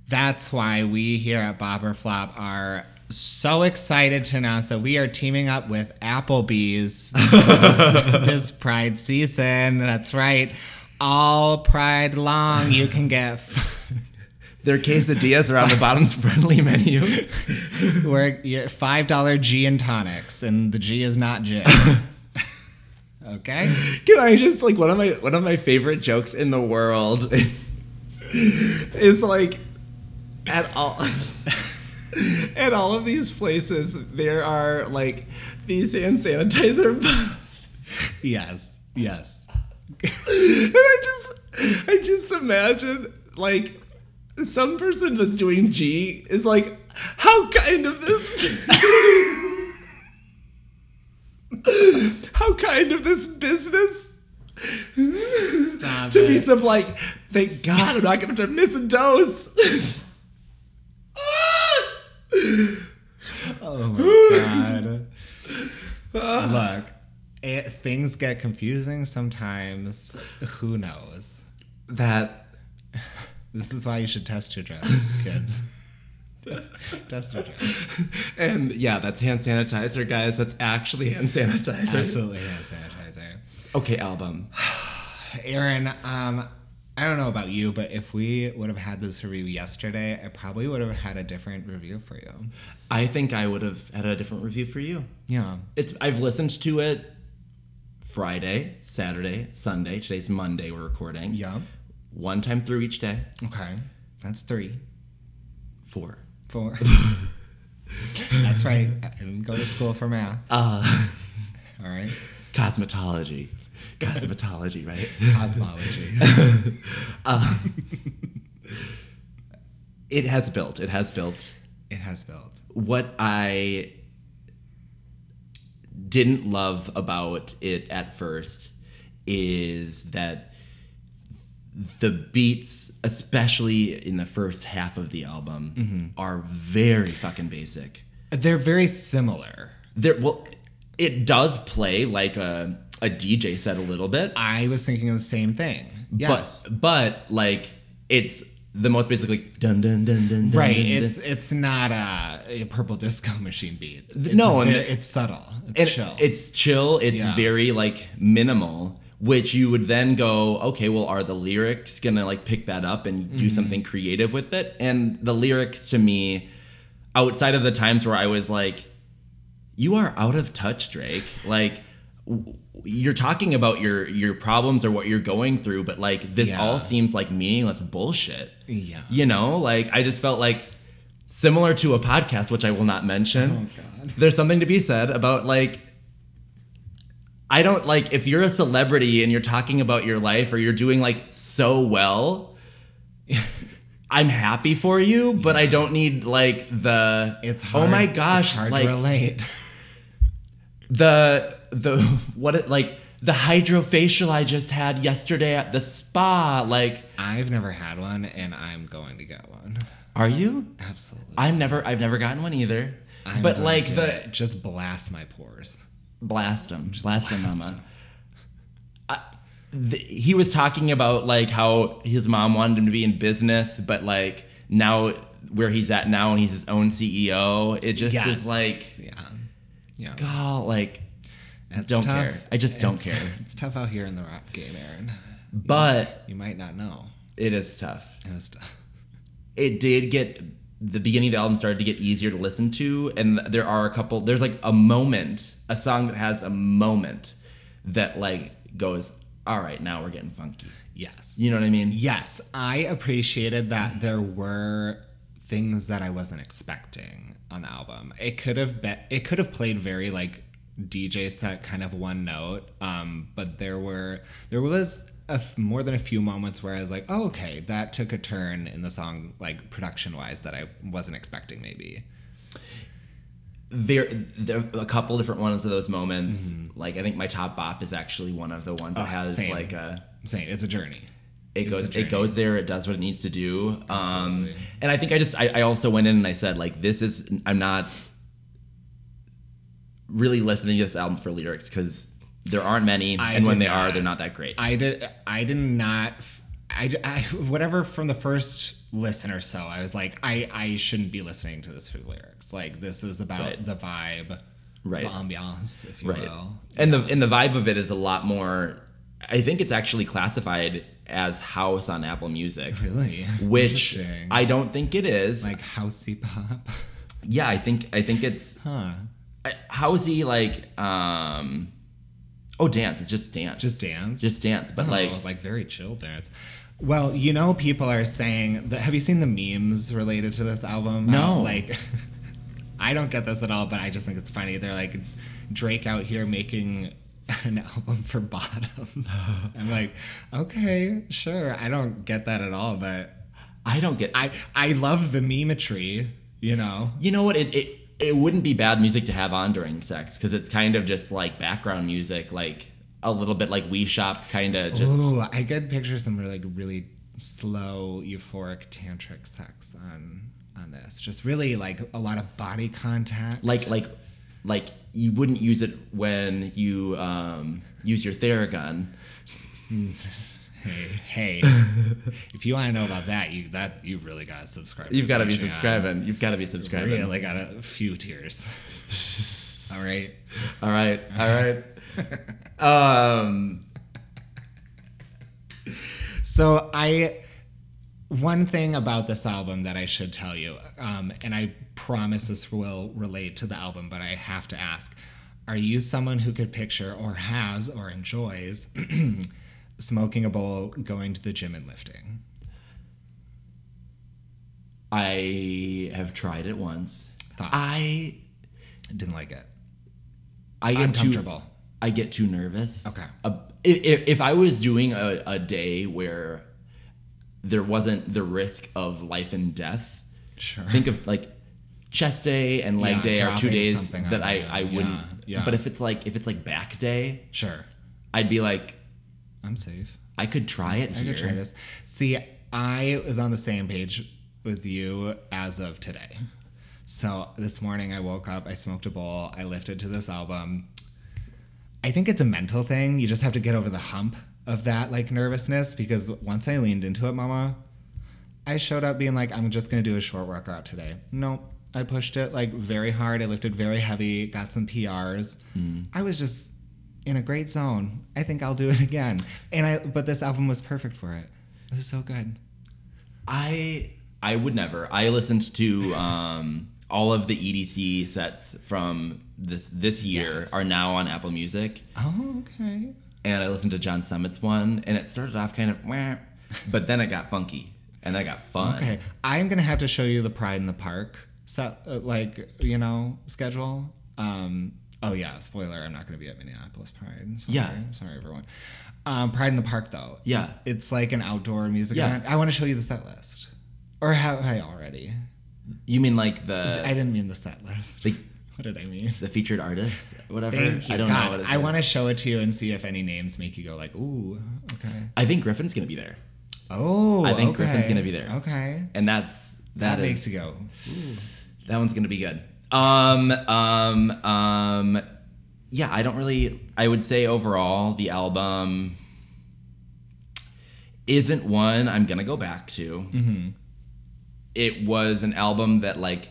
[SPEAKER 2] that's why we here at Bobber Flop are so excited to announce that we are teaming up with Applebee's this, this Pride season. That's right. All Pride long, you can get. F-
[SPEAKER 1] Their quesadillas are on the bottom's friendly menu.
[SPEAKER 2] We're you're five dollar G and tonics, and the G is not gin. okay.
[SPEAKER 1] Can I just like one of my one of my favorite jokes in the world is like at all at all of these places there are like these hand sanitizer bottles.
[SPEAKER 2] Yes. Yes.
[SPEAKER 1] And I just I just imagine like some person that's doing G is like, how kind of this How kind of this business
[SPEAKER 2] Stop
[SPEAKER 1] to be
[SPEAKER 2] it.
[SPEAKER 1] some like, thank God I'm not gonna have to miss a dose.
[SPEAKER 2] Oh my god. Look, Uh, it, things get confusing sometimes. Who knows?
[SPEAKER 1] that
[SPEAKER 2] This is why you should test your dress, kids. test your dress.
[SPEAKER 1] and yeah, that's hand sanitizer, guys. That's actually hand sanitizer.
[SPEAKER 2] Absolutely hand sanitizer.
[SPEAKER 1] Okay, album.
[SPEAKER 2] Aaron, um, I don't know about you, but if we would have had this review yesterday, I probably would have had a different review for you.
[SPEAKER 1] I think I would have had a different review for you.
[SPEAKER 2] Yeah.
[SPEAKER 1] It's I've listened to it Friday, Saturday, Sunday. Today's Monday. We're recording.
[SPEAKER 2] Yeah.
[SPEAKER 1] One time through each day.
[SPEAKER 2] Okay. That's three.
[SPEAKER 1] Four.
[SPEAKER 2] Four. That's right. I didn't go to school for math.
[SPEAKER 1] Uh,
[SPEAKER 2] All right.
[SPEAKER 1] cosmetology. Cosmetology, right?
[SPEAKER 2] Cosmology.
[SPEAKER 1] It has built. It has built.
[SPEAKER 2] It has built.
[SPEAKER 1] what I didn't love about it at first is that the beats, especially in the first half of the album, are very fucking basic.
[SPEAKER 2] They're very similar.
[SPEAKER 1] There, well, it does play like a a DJ set a little bit,
[SPEAKER 2] I was thinking of the same thing. Yes.
[SPEAKER 1] but but like it's the most basically dun dun dun dun. dun
[SPEAKER 2] right.
[SPEAKER 1] dun, dun.
[SPEAKER 2] It's it's not a, a purple disco machine beat. It's
[SPEAKER 1] no, and
[SPEAKER 2] ve-
[SPEAKER 1] the-
[SPEAKER 2] it's subtle. It's
[SPEAKER 1] And
[SPEAKER 2] chill.
[SPEAKER 1] It's chill. It's
[SPEAKER 2] Yeah.
[SPEAKER 1] very like minimal, which you would then go, okay, well, are the lyrics gonna like pick that up and do
[SPEAKER 2] Mm-hmm.
[SPEAKER 1] something creative with it? And the lyrics to me, outside of the times where I was like, you are out of touch, Drake. Like w- you're talking about your your problems or what you're going through, but like this
[SPEAKER 2] Yeah.
[SPEAKER 1] all seems like meaningless bullshit.
[SPEAKER 2] Yeah.
[SPEAKER 1] You know, like I just felt like similar to a podcast which I will not mention
[SPEAKER 2] Oh, God.
[SPEAKER 1] there's something to be said about like I don't like if you're a celebrity and you're talking about your life or you're doing like so well I'm happy for you but I don't need like the
[SPEAKER 2] It's
[SPEAKER 1] oh
[SPEAKER 2] hard.
[SPEAKER 1] my gosh
[SPEAKER 2] It's hard
[SPEAKER 1] like
[SPEAKER 2] to relate.
[SPEAKER 1] the the what it like the hydrofacial I just had yesterday at the spa like
[SPEAKER 2] I've never had one, and I'm going to get one.
[SPEAKER 1] are you
[SPEAKER 2] Absolutely.
[SPEAKER 1] I've never I've never gotten one either
[SPEAKER 2] I'm
[SPEAKER 1] but
[SPEAKER 2] going
[SPEAKER 1] like
[SPEAKER 2] to
[SPEAKER 1] the
[SPEAKER 2] just blast my pores.
[SPEAKER 1] blast him, blast him, mama. I- th- He was talking about like how his mom wanted him to be in business, but like now where he's at now and he's his own CEO, it just is like,
[SPEAKER 2] yeah, yeah.
[SPEAKER 1] God, like,
[SPEAKER 2] That's
[SPEAKER 1] don't
[SPEAKER 2] tough.
[SPEAKER 1] care. I just don't
[SPEAKER 2] It's-
[SPEAKER 1] care.
[SPEAKER 2] It's tough out here in the rap game, Aaron.
[SPEAKER 1] But
[SPEAKER 2] You might not know.
[SPEAKER 1] it is tough.
[SPEAKER 2] It is tough.
[SPEAKER 1] It did get the beginning of the album started to get easier to listen to and there are a couple there's like a moment a song that has a moment that like goes all right now we're getting funky
[SPEAKER 2] Yes.
[SPEAKER 1] you know what i mean
[SPEAKER 2] Yes, I appreciated that there were things that I wasn't expecting on the album. It could have been it could have played very like DJ set kind of one note, um, but there were there was a f- more than a few moments where I was like, "Oh, okay, that took a turn in the song like production-wise that I wasn't expecting maybe."
[SPEAKER 1] there, there a couple different ones of those moments like i think my top bop is actually one of the ones that has
[SPEAKER 2] Mm-hmm. Ah, same.
[SPEAKER 1] like a
[SPEAKER 2] I'm saying it's a journey.
[SPEAKER 1] it
[SPEAKER 2] a
[SPEAKER 1] goes
[SPEAKER 2] journey.
[SPEAKER 1] it goes there it does what it needs to do um
[SPEAKER 2] Absolutely.
[SPEAKER 1] and i think i just I, I also went in and i said like this is i'm not really listening to this album for lyrics because there aren't many
[SPEAKER 2] I
[SPEAKER 1] and when
[SPEAKER 2] did
[SPEAKER 1] they are
[SPEAKER 2] not.
[SPEAKER 1] they're not that great
[SPEAKER 2] I did. I did not. f- I, d- I- whatever from the first listen or so, I was like, I I shouldn't be listening to this for the lyrics. Like this is about
[SPEAKER 1] Right.
[SPEAKER 2] the vibe,
[SPEAKER 1] Right.
[SPEAKER 2] The ambiance, if you
[SPEAKER 1] right
[SPEAKER 2] will.
[SPEAKER 1] and the and the vibe of it is a lot more i think it's actually classified as house on apple music
[SPEAKER 2] Really,
[SPEAKER 1] which
[SPEAKER 2] Interesting.
[SPEAKER 1] i don't think it is
[SPEAKER 2] like housey pop,
[SPEAKER 1] yeah i think i think it's
[SPEAKER 2] huh?
[SPEAKER 1] I- how is he like um oh dance it's just dance
[SPEAKER 2] Just dance,
[SPEAKER 1] just dance but
[SPEAKER 2] Oh,
[SPEAKER 1] like
[SPEAKER 2] like very chill dance. Well, you know, people are saying that. Have you seen the memes related to this album?
[SPEAKER 1] No.
[SPEAKER 2] How, like, I don't get this at all, but I just think it's funny. They're like Drake out here making an album for bottoms. I'm like, okay, sure. I don't get that at all, but
[SPEAKER 1] i don't get
[SPEAKER 2] I I love the memetry. You know,
[SPEAKER 1] you know what it, it it wouldn't be bad music to have on during sex because it's kind of just like background music like a little bit like we shop kind of just
[SPEAKER 2] Ooh, I could picture some like really slow, euphoric, tantric sex on on this. Just really like a lot of body contact.
[SPEAKER 1] like like like you wouldn't use it when you um use your theragun
[SPEAKER 2] hey, hey, if you want to know about that, you that you really gotta subscribe.
[SPEAKER 1] you've got to be
[SPEAKER 2] Patreon.
[SPEAKER 1] subscribing you've got to be subscribing
[SPEAKER 2] Really got a few tears. All right.
[SPEAKER 1] all right all right um
[SPEAKER 2] So I one thing about this album that I should tell you, um, and I promise this will relate to the album, but I have to ask: Are you someone who could picture, or has, or enjoys smoking a bowl, going to the gym, and lifting?
[SPEAKER 1] i have tried it once
[SPEAKER 2] Thoughts?
[SPEAKER 1] i
[SPEAKER 2] Didn't like it.
[SPEAKER 1] I get
[SPEAKER 2] Uncomfortable.
[SPEAKER 1] Too, I get too nervous.
[SPEAKER 2] Okay.
[SPEAKER 1] Uh, if, if I was doing a, a day where there wasn't the risk of life and death,
[SPEAKER 2] Sure.
[SPEAKER 1] think of like chest day and leg
[SPEAKER 2] Yeah,
[SPEAKER 1] day are two
[SPEAKER 2] dropping
[SPEAKER 1] days
[SPEAKER 2] something on
[SPEAKER 1] that I,
[SPEAKER 2] you.
[SPEAKER 1] I wouldn't.
[SPEAKER 2] Yeah, yeah.
[SPEAKER 1] But if it's like if it's like back day,
[SPEAKER 2] Sure.
[SPEAKER 1] I'd be like,
[SPEAKER 2] I'm safe.
[SPEAKER 1] I could try it
[SPEAKER 2] I
[SPEAKER 1] here.
[SPEAKER 2] could try this. See, I was on the same page with you as of today. So this morning I woke up, I smoked a bowl, I lifted to this album. I think it's a mental thing. You just have to get over the hump of that like nervousness because once I leaned into it, mama, I showed up being like, I'm just gonna do a short workout today. Nope. I pushed it like very hard. I lifted very heavy, got some PRs. I was just in a great zone. I think I'll do it again. And I but this album was perfect for it. It was so good.
[SPEAKER 1] I I would never. I listened to um, all of the EDC sets from this this year
[SPEAKER 2] Yes.
[SPEAKER 1] are now on Apple Music.
[SPEAKER 2] Oh, okay.
[SPEAKER 1] and I listened to John Summit's one, and it started off kind of, Wah, but then it got funky and I got fun.
[SPEAKER 2] Okay. I'm gonna have to show you the Pride in the Park set uh, like, you know, schedule. Um oh yeah, spoiler, I'm not gonna be at Minneapolis Pride. Sorry.
[SPEAKER 1] Yeah.
[SPEAKER 2] Sorry everyone. Um, Pride in the Park though.
[SPEAKER 1] Yeah,
[SPEAKER 2] It's like an outdoor music
[SPEAKER 1] Yeah.
[SPEAKER 2] event. I want to show you the set list. Or have I already?
[SPEAKER 1] you mean like the
[SPEAKER 2] I didn't mean the set list.
[SPEAKER 1] Like-
[SPEAKER 2] what did I mean?
[SPEAKER 1] the featured artists, whatever.
[SPEAKER 2] Thank you.
[SPEAKER 1] I don't
[SPEAKER 2] God,
[SPEAKER 1] know what it's.
[SPEAKER 2] I want to show it to you and see if any names make you go like, ooh, okay.
[SPEAKER 1] I think Griffin's gonna be there,
[SPEAKER 2] Oh,
[SPEAKER 1] I think
[SPEAKER 2] okay.
[SPEAKER 1] Griffin's gonna be there.
[SPEAKER 2] Okay.
[SPEAKER 1] and that's
[SPEAKER 2] That,
[SPEAKER 1] is-
[SPEAKER 2] makes you go.
[SPEAKER 1] That one's gonna be good. Um, um, um, yeah, I don't really. I would say overall, the album isn't one I'm gonna go back to. It was an album that, like,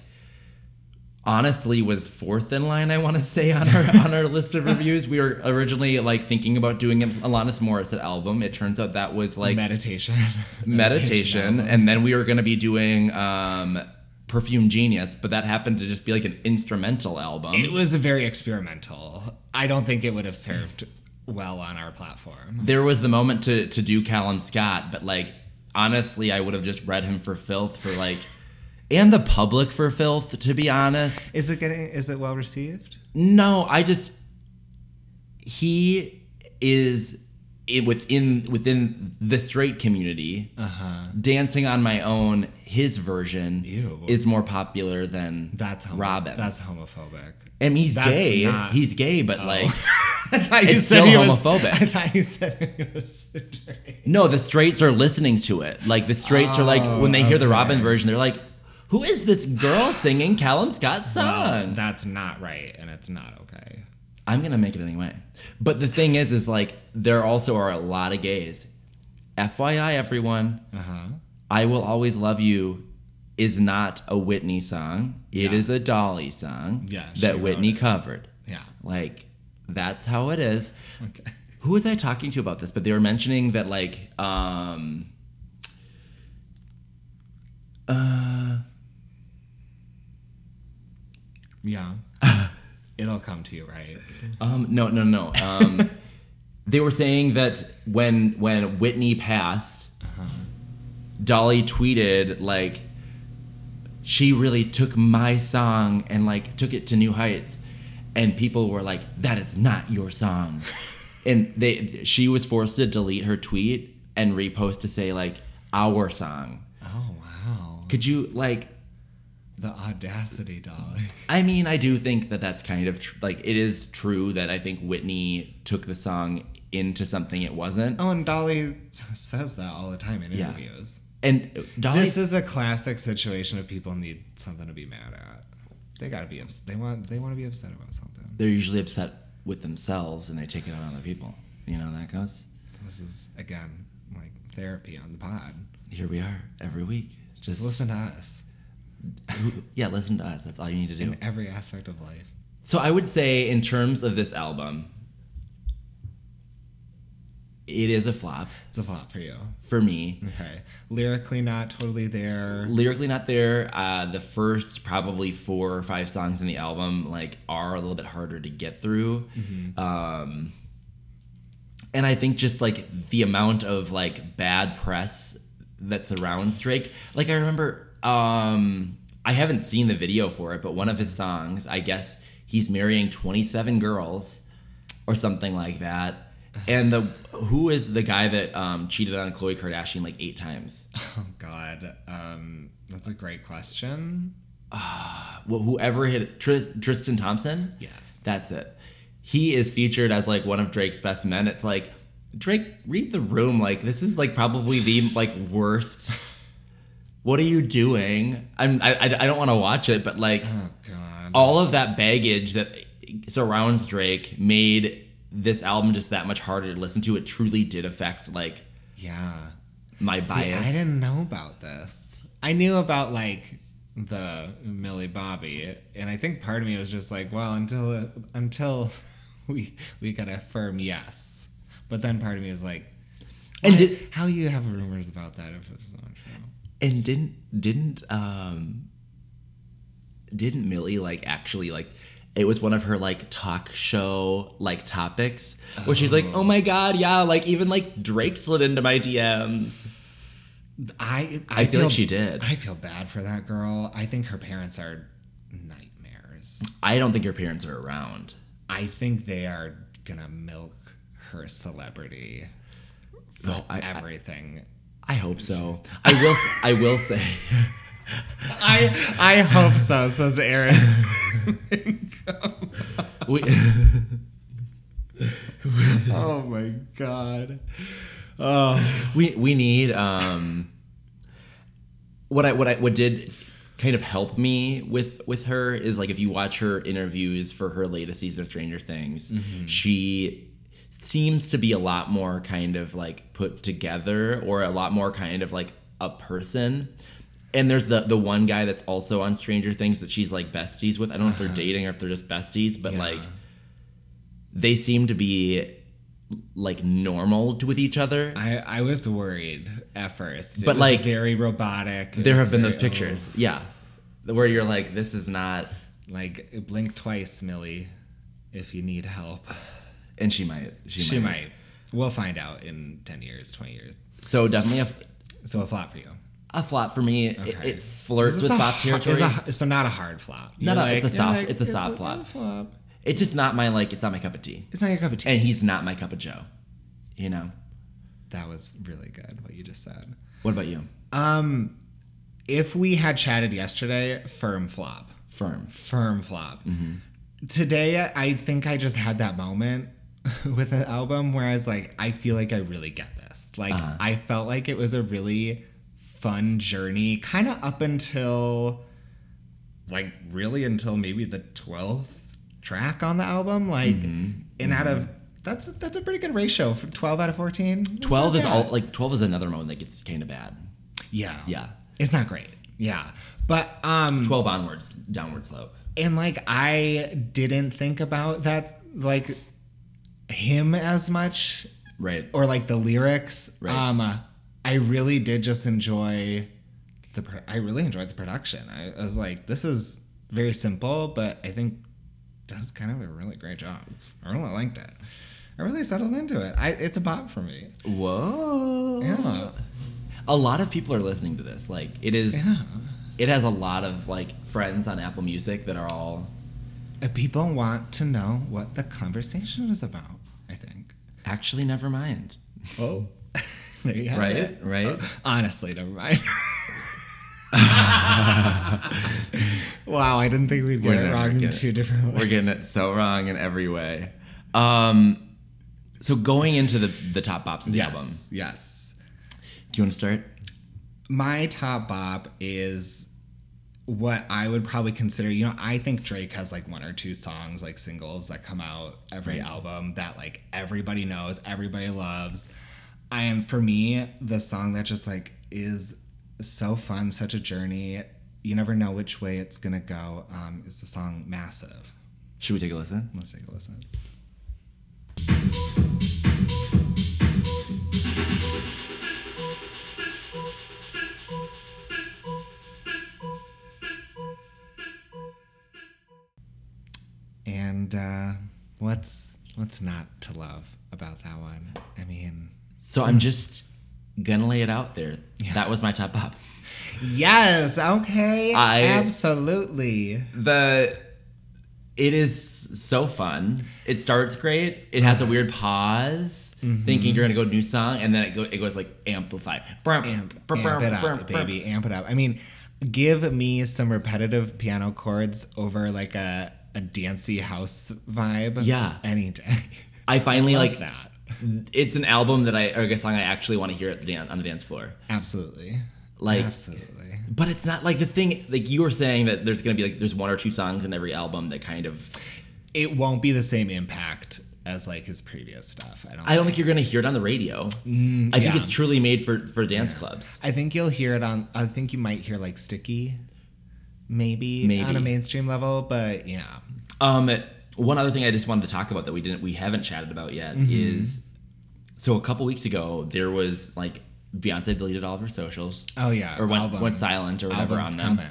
[SPEAKER 1] honestly, was fourth in line. I want to say on our on our list of reviews. We were originally like thinking about doing an Alanis Morissette album. It turns out that was like
[SPEAKER 2] meditation.
[SPEAKER 1] meditation,
[SPEAKER 2] album.
[SPEAKER 1] and then we were going to be doing um Perfume Genius, but that happened to just be like an instrumental album.
[SPEAKER 2] It was very experimental. I don't think it would have served well on our platform.
[SPEAKER 1] there was the moment to to do Callum Scott, but like honestly, I would have just read him for filth for like, and the public for filth. To be honest,
[SPEAKER 2] Is it getting? Is it well received?
[SPEAKER 1] no, I just he is it within within the straight community. Dancing on my own, his version
[SPEAKER 2] Uh-huh. Ew.
[SPEAKER 1] is more popular than
[SPEAKER 2] That's homo-
[SPEAKER 1] Robin.
[SPEAKER 2] That's homophobic.
[SPEAKER 1] and he's
[SPEAKER 2] that's
[SPEAKER 1] gay.
[SPEAKER 2] not- Oh.
[SPEAKER 1] he's gay, but like
[SPEAKER 2] I thought
[SPEAKER 1] It's still homophobic.
[SPEAKER 2] Was, I thought you said it was straight.
[SPEAKER 1] No, the straights are listening to it. Like the straights are like when they hear the
[SPEAKER 2] Oh, okay.
[SPEAKER 1] Robin version, they're like, "Who is this girl singing Callum Scott's song?"
[SPEAKER 2] That's not right, and it's not okay.
[SPEAKER 1] I'm gonna make it anyway. But the thing is, is like there also are a lot of gays. FYI, everyone,
[SPEAKER 2] Uh huh.
[SPEAKER 1] "I Will Always Love You" is not a Whitney song. It
[SPEAKER 2] Yeah.
[SPEAKER 1] is a Dolly song
[SPEAKER 2] Yeah, she
[SPEAKER 1] that
[SPEAKER 2] wrote
[SPEAKER 1] Whitney
[SPEAKER 2] it.
[SPEAKER 1] covered.
[SPEAKER 2] Yeah.
[SPEAKER 1] Like that's how it is.
[SPEAKER 2] Okay.
[SPEAKER 1] who was I talking to about this? But they were mentioning that like um
[SPEAKER 2] Yeah. It'll come to you, right?
[SPEAKER 1] um no no no um they were saying that when when Whitney passed Dolly tweeted like she really took my song and like took it to new heights and people were like that is not your song and they she was forced to delete her tweet and repost to say like our song
[SPEAKER 2] Oh wow.
[SPEAKER 1] could you like
[SPEAKER 2] The audacity, Dolly.
[SPEAKER 1] I mean, I do think that that's kind of tr- like it is true that I think Whitney took the song into something it wasn't.
[SPEAKER 2] Oh, and Dolly s- says that all the time in
[SPEAKER 1] Yeah.
[SPEAKER 2] interviews.
[SPEAKER 1] And Dolly,
[SPEAKER 2] This is a classic situation of people need something to be mad at. They gotta be upset. They want. They want to be upset about something.
[SPEAKER 1] they're usually upset with themselves and they take it out on other people. You know how that goes.
[SPEAKER 2] This is again like therapy on the pod.
[SPEAKER 1] Here we are every week. Just
[SPEAKER 2] Listen to us
[SPEAKER 1] yeah, listen to us. That's all you need to do.
[SPEAKER 2] in every aspect of life.
[SPEAKER 1] So I would say, in terms of this album, it is a flop
[SPEAKER 2] It's a flop for you.
[SPEAKER 1] for me.
[SPEAKER 2] Okay. Lyrically, not totally there.
[SPEAKER 1] lyrically not there uh, the first probably four or five songs in the album like are a little bit harder to get through um, and i think just like the amount of like bad press that surrounds drake like i remember um, i haven't seen the video for it but one of his songs i guess he's marrying 27 girls or something like that and the who is the guy that um, cheated on Khloe Kardashian like eight times?
[SPEAKER 2] Oh God, um, that's a great question.
[SPEAKER 1] Well, whoever hit Tris, Tristan Thompson.
[SPEAKER 2] Yes.
[SPEAKER 1] that's it. He is featured as like one of Drake's best men. It's like Drake, read the room. Like this is like probably the like worst. What are you doing? I'm. I. I I don't want to watch it, but like
[SPEAKER 2] Oh God.
[SPEAKER 1] all of that baggage that surrounds Drake made this album just that much harder to listen to. It truly did affect like
[SPEAKER 2] Yeah.
[SPEAKER 1] my
[SPEAKER 2] See, I
[SPEAKER 1] bias.
[SPEAKER 2] didn't know about this. I knew about like the Millie Bobby, and I think part of me was just like, well, until until we we got a firm yes, but then part of me is like,
[SPEAKER 1] And
[SPEAKER 2] why-
[SPEAKER 1] did-
[SPEAKER 2] how you have rumors about that if it's not true?
[SPEAKER 1] And didn't didn't um didn't Millie like actually like it was one of her like talk show like topics where she's like, "Oh my god, yeah, like even like Drake slid into my DMs."
[SPEAKER 2] I
[SPEAKER 1] I feel like she did.
[SPEAKER 2] I feel bad for that girl. I think her parents are nightmares.
[SPEAKER 1] I don't think her parents are around.
[SPEAKER 2] I think they are gonna milk her celebrity for
[SPEAKER 1] No, I- I-
[SPEAKER 2] everything.
[SPEAKER 1] I hope so. I will s- I will say
[SPEAKER 2] I I hope so, says Aaron.
[SPEAKER 1] we
[SPEAKER 2] oh my god. Oh
[SPEAKER 1] we we need um what I what I what did kind of help me with with her is like if you watch her interviews for her latest season of Stranger Things, she seems to be a lot more kind of like put together or a lot more kind of like a person. And there's the the one guy that's also on Stranger Things that she's like besties with. I don't know if they're dating or if they're just besties, but
[SPEAKER 2] Yeah.
[SPEAKER 1] like they seem to be like normal with each other.
[SPEAKER 2] I, I was worried at first. It
[SPEAKER 1] But,
[SPEAKER 2] was
[SPEAKER 1] like,
[SPEAKER 2] very robotic. It
[SPEAKER 1] There
[SPEAKER 2] was
[SPEAKER 1] have been
[SPEAKER 2] very-
[SPEAKER 1] those pictures. Yeah. where you're like, this is not,
[SPEAKER 2] Like blink twice, Millie, if you need help.
[SPEAKER 1] and she might, she,
[SPEAKER 2] She
[SPEAKER 1] might.
[SPEAKER 2] might. We'll find out in ten years, twenty years.
[SPEAKER 1] So definitely a,
[SPEAKER 2] So a flop for you.
[SPEAKER 1] a flop for me. It- It,
[SPEAKER 2] Okay.
[SPEAKER 1] flirts
[SPEAKER 2] This
[SPEAKER 1] with
[SPEAKER 2] is a
[SPEAKER 1] flop
[SPEAKER 2] hard-
[SPEAKER 1] territory.
[SPEAKER 2] is a- so not a hard flop.
[SPEAKER 1] No,
[SPEAKER 2] You're
[SPEAKER 1] no, it's a
[SPEAKER 2] you're
[SPEAKER 1] soft- it's a soft
[SPEAKER 2] good
[SPEAKER 1] flop.
[SPEAKER 2] flop.
[SPEAKER 1] it's just not my like. It's not my cup of tea,
[SPEAKER 2] It's not your cup of tea.
[SPEAKER 1] and he's not my cup of Joe. You know.
[SPEAKER 2] that was really good what you just said.
[SPEAKER 1] What about you?
[SPEAKER 2] Um, if we had chatted yesterday, firm flop,
[SPEAKER 1] Firm.
[SPEAKER 2] firm flop. Today, I think I just had that moment with an album where I was like, I feel like I really get this. Like,
[SPEAKER 1] Uh-huh.
[SPEAKER 2] I felt like it was a really fun journey, kind of up until, like, really until maybe the twelfth track on the album. Like,
[SPEAKER 1] Mm-hmm.
[SPEAKER 2] and out of that's that's a pretty good ratio for twelve out of fourteen.
[SPEAKER 1] Twelve is all like twelve is another moment that gets kind of bad.
[SPEAKER 2] Yeah.
[SPEAKER 1] Yeah.
[SPEAKER 2] It's not great. Yeah. But um
[SPEAKER 1] Twelve onwards, downward slope.
[SPEAKER 2] and like I didn't think about that like him as much
[SPEAKER 1] Right.
[SPEAKER 2] or like the lyrics.
[SPEAKER 1] Right.
[SPEAKER 2] Um I really did just enjoy the pro- I really enjoyed the production. I, I was like this is very simple, but I think does kind of a really great job. I really liked it. I really settled into it. I, it's a bop for me.
[SPEAKER 1] Whoa.
[SPEAKER 2] Yeah.
[SPEAKER 1] A lot of people are listening to this. Like it is. It has a lot of like friends on Apple Music that are all
[SPEAKER 2] Uh, People want to know what the conversation is about, I think.
[SPEAKER 1] actually never mind.
[SPEAKER 2] Oh, there you have
[SPEAKER 1] Right,
[SPEAKER 2] it.
[SPEAKER 1] right.
[SPEAKER 2] Honestly, never mind. wow, I didn't think we'd get
[SPEAKER 1] We're
[SPEAKER 2] it
[SPEAKER 1] never
[SPEAKER 2] wrong
[SPEAKER 1] gonna
[SPEAKER 2] in
[SPEAKER 1] get
[SPEAKER 2] two
[SPEAKER 1] it.
[SPEAKER 2] different
[SPEAKER 1] We're
[SPEAKER 2] ways.
[SPEAKER 1] getting it so wrong in every way. Um, so going into the the top bops of the album,
[SPEAKER 2] Yes, yes.
[SPEAKER 1] do you want to start?
[SPEAKER 2] My top bop is what I would probably consider. You know, I think Drake has like one or two songs, like singles that come out every album that like everybody knows, everybody loves. I am for me the song that just like is so fun, such a journey. You never know which way it's gonna go. Um, is the song "Massive"?
[SPEAKER 1] Should we take a listen?
[SPEAKER 2] Let's take a listen. And uh, what's what's not to love about that one? I mean,
[SPEAKER 1] So I'm just gonna lay it out there.
[SPEAKER 2] Mm-hmm. Yeah.
[SPEAKER 1] That was my top bop.
[SPEAKER 2] yes, okay,
[SPEAKER 1] I-
[SPEAKER 2] absolutely.
[SPEAKER 1] The it is so fun. It starts great. It
[SPEAKER 2] Uh-huh.
[SPEAKER 1] has a weird pause,
[SPEAKER 2] Mm-hmm.
[SPEAKER 1] thinking you're gonna go new song, and then it, go, it goes like amplify.
[SPEAKER 2] amp, amp it up, baby, amp it up. I mean, give me some repetitive piano chords over like a a dancey house vibe.
[SPEAKER 1] Yeah.
[SPEAKER 2] any day.
[SPEAKER 1] I finally
[SPEAKER 2] Love
[SPEAKER 1] like
[SPEAKER 2] that.
[SPEAKER 1] It's an album that I or a song I actually want to hear at the dance on the dance floor.
[SPEAKER 2] Absolutely,
[SPEAKER 1] Like
[SPEAKER 2] absolutely.
[SPEAKER 1] But it's not like the thing like you were saying that there's gonna be like there's one or two songs in every album that kind of
[SPEAKER 2] It won't be the same impact as like his previous stuff. I don't.
[SPEAKER 1] I don't think you're gonna hear it on the radio. I think
[SPEAKER 2] Mm, yeah.
[SPEAKER 1] it's truly made for for dance clubs.
[SPEAKER 2] I think you'll hear it on. I think you might hear like Sticky, maybe,
[SPEAKER 1] Maybe.
[SPEAKER 2] on a mainstream level. But yeah,
[SPEAKER 1] Um, one other thing I just wanted to talk about that we didn't we haven't chatted about yet
[SPEAKER 2] Mm-hmm.
[SPEAKER 1] is so a couple weeks ago there was like Beyonce deleted all of her socials
[SPEAKER 2] oh yeah,
[SPEAKER 1] or went,
[SPEAKER 2] album.
[SPEAKER 1] went silent or whatever
[SPEAKER 2] Album's
[SPEAKER 1] on them,
[SPEAKER 2] coming.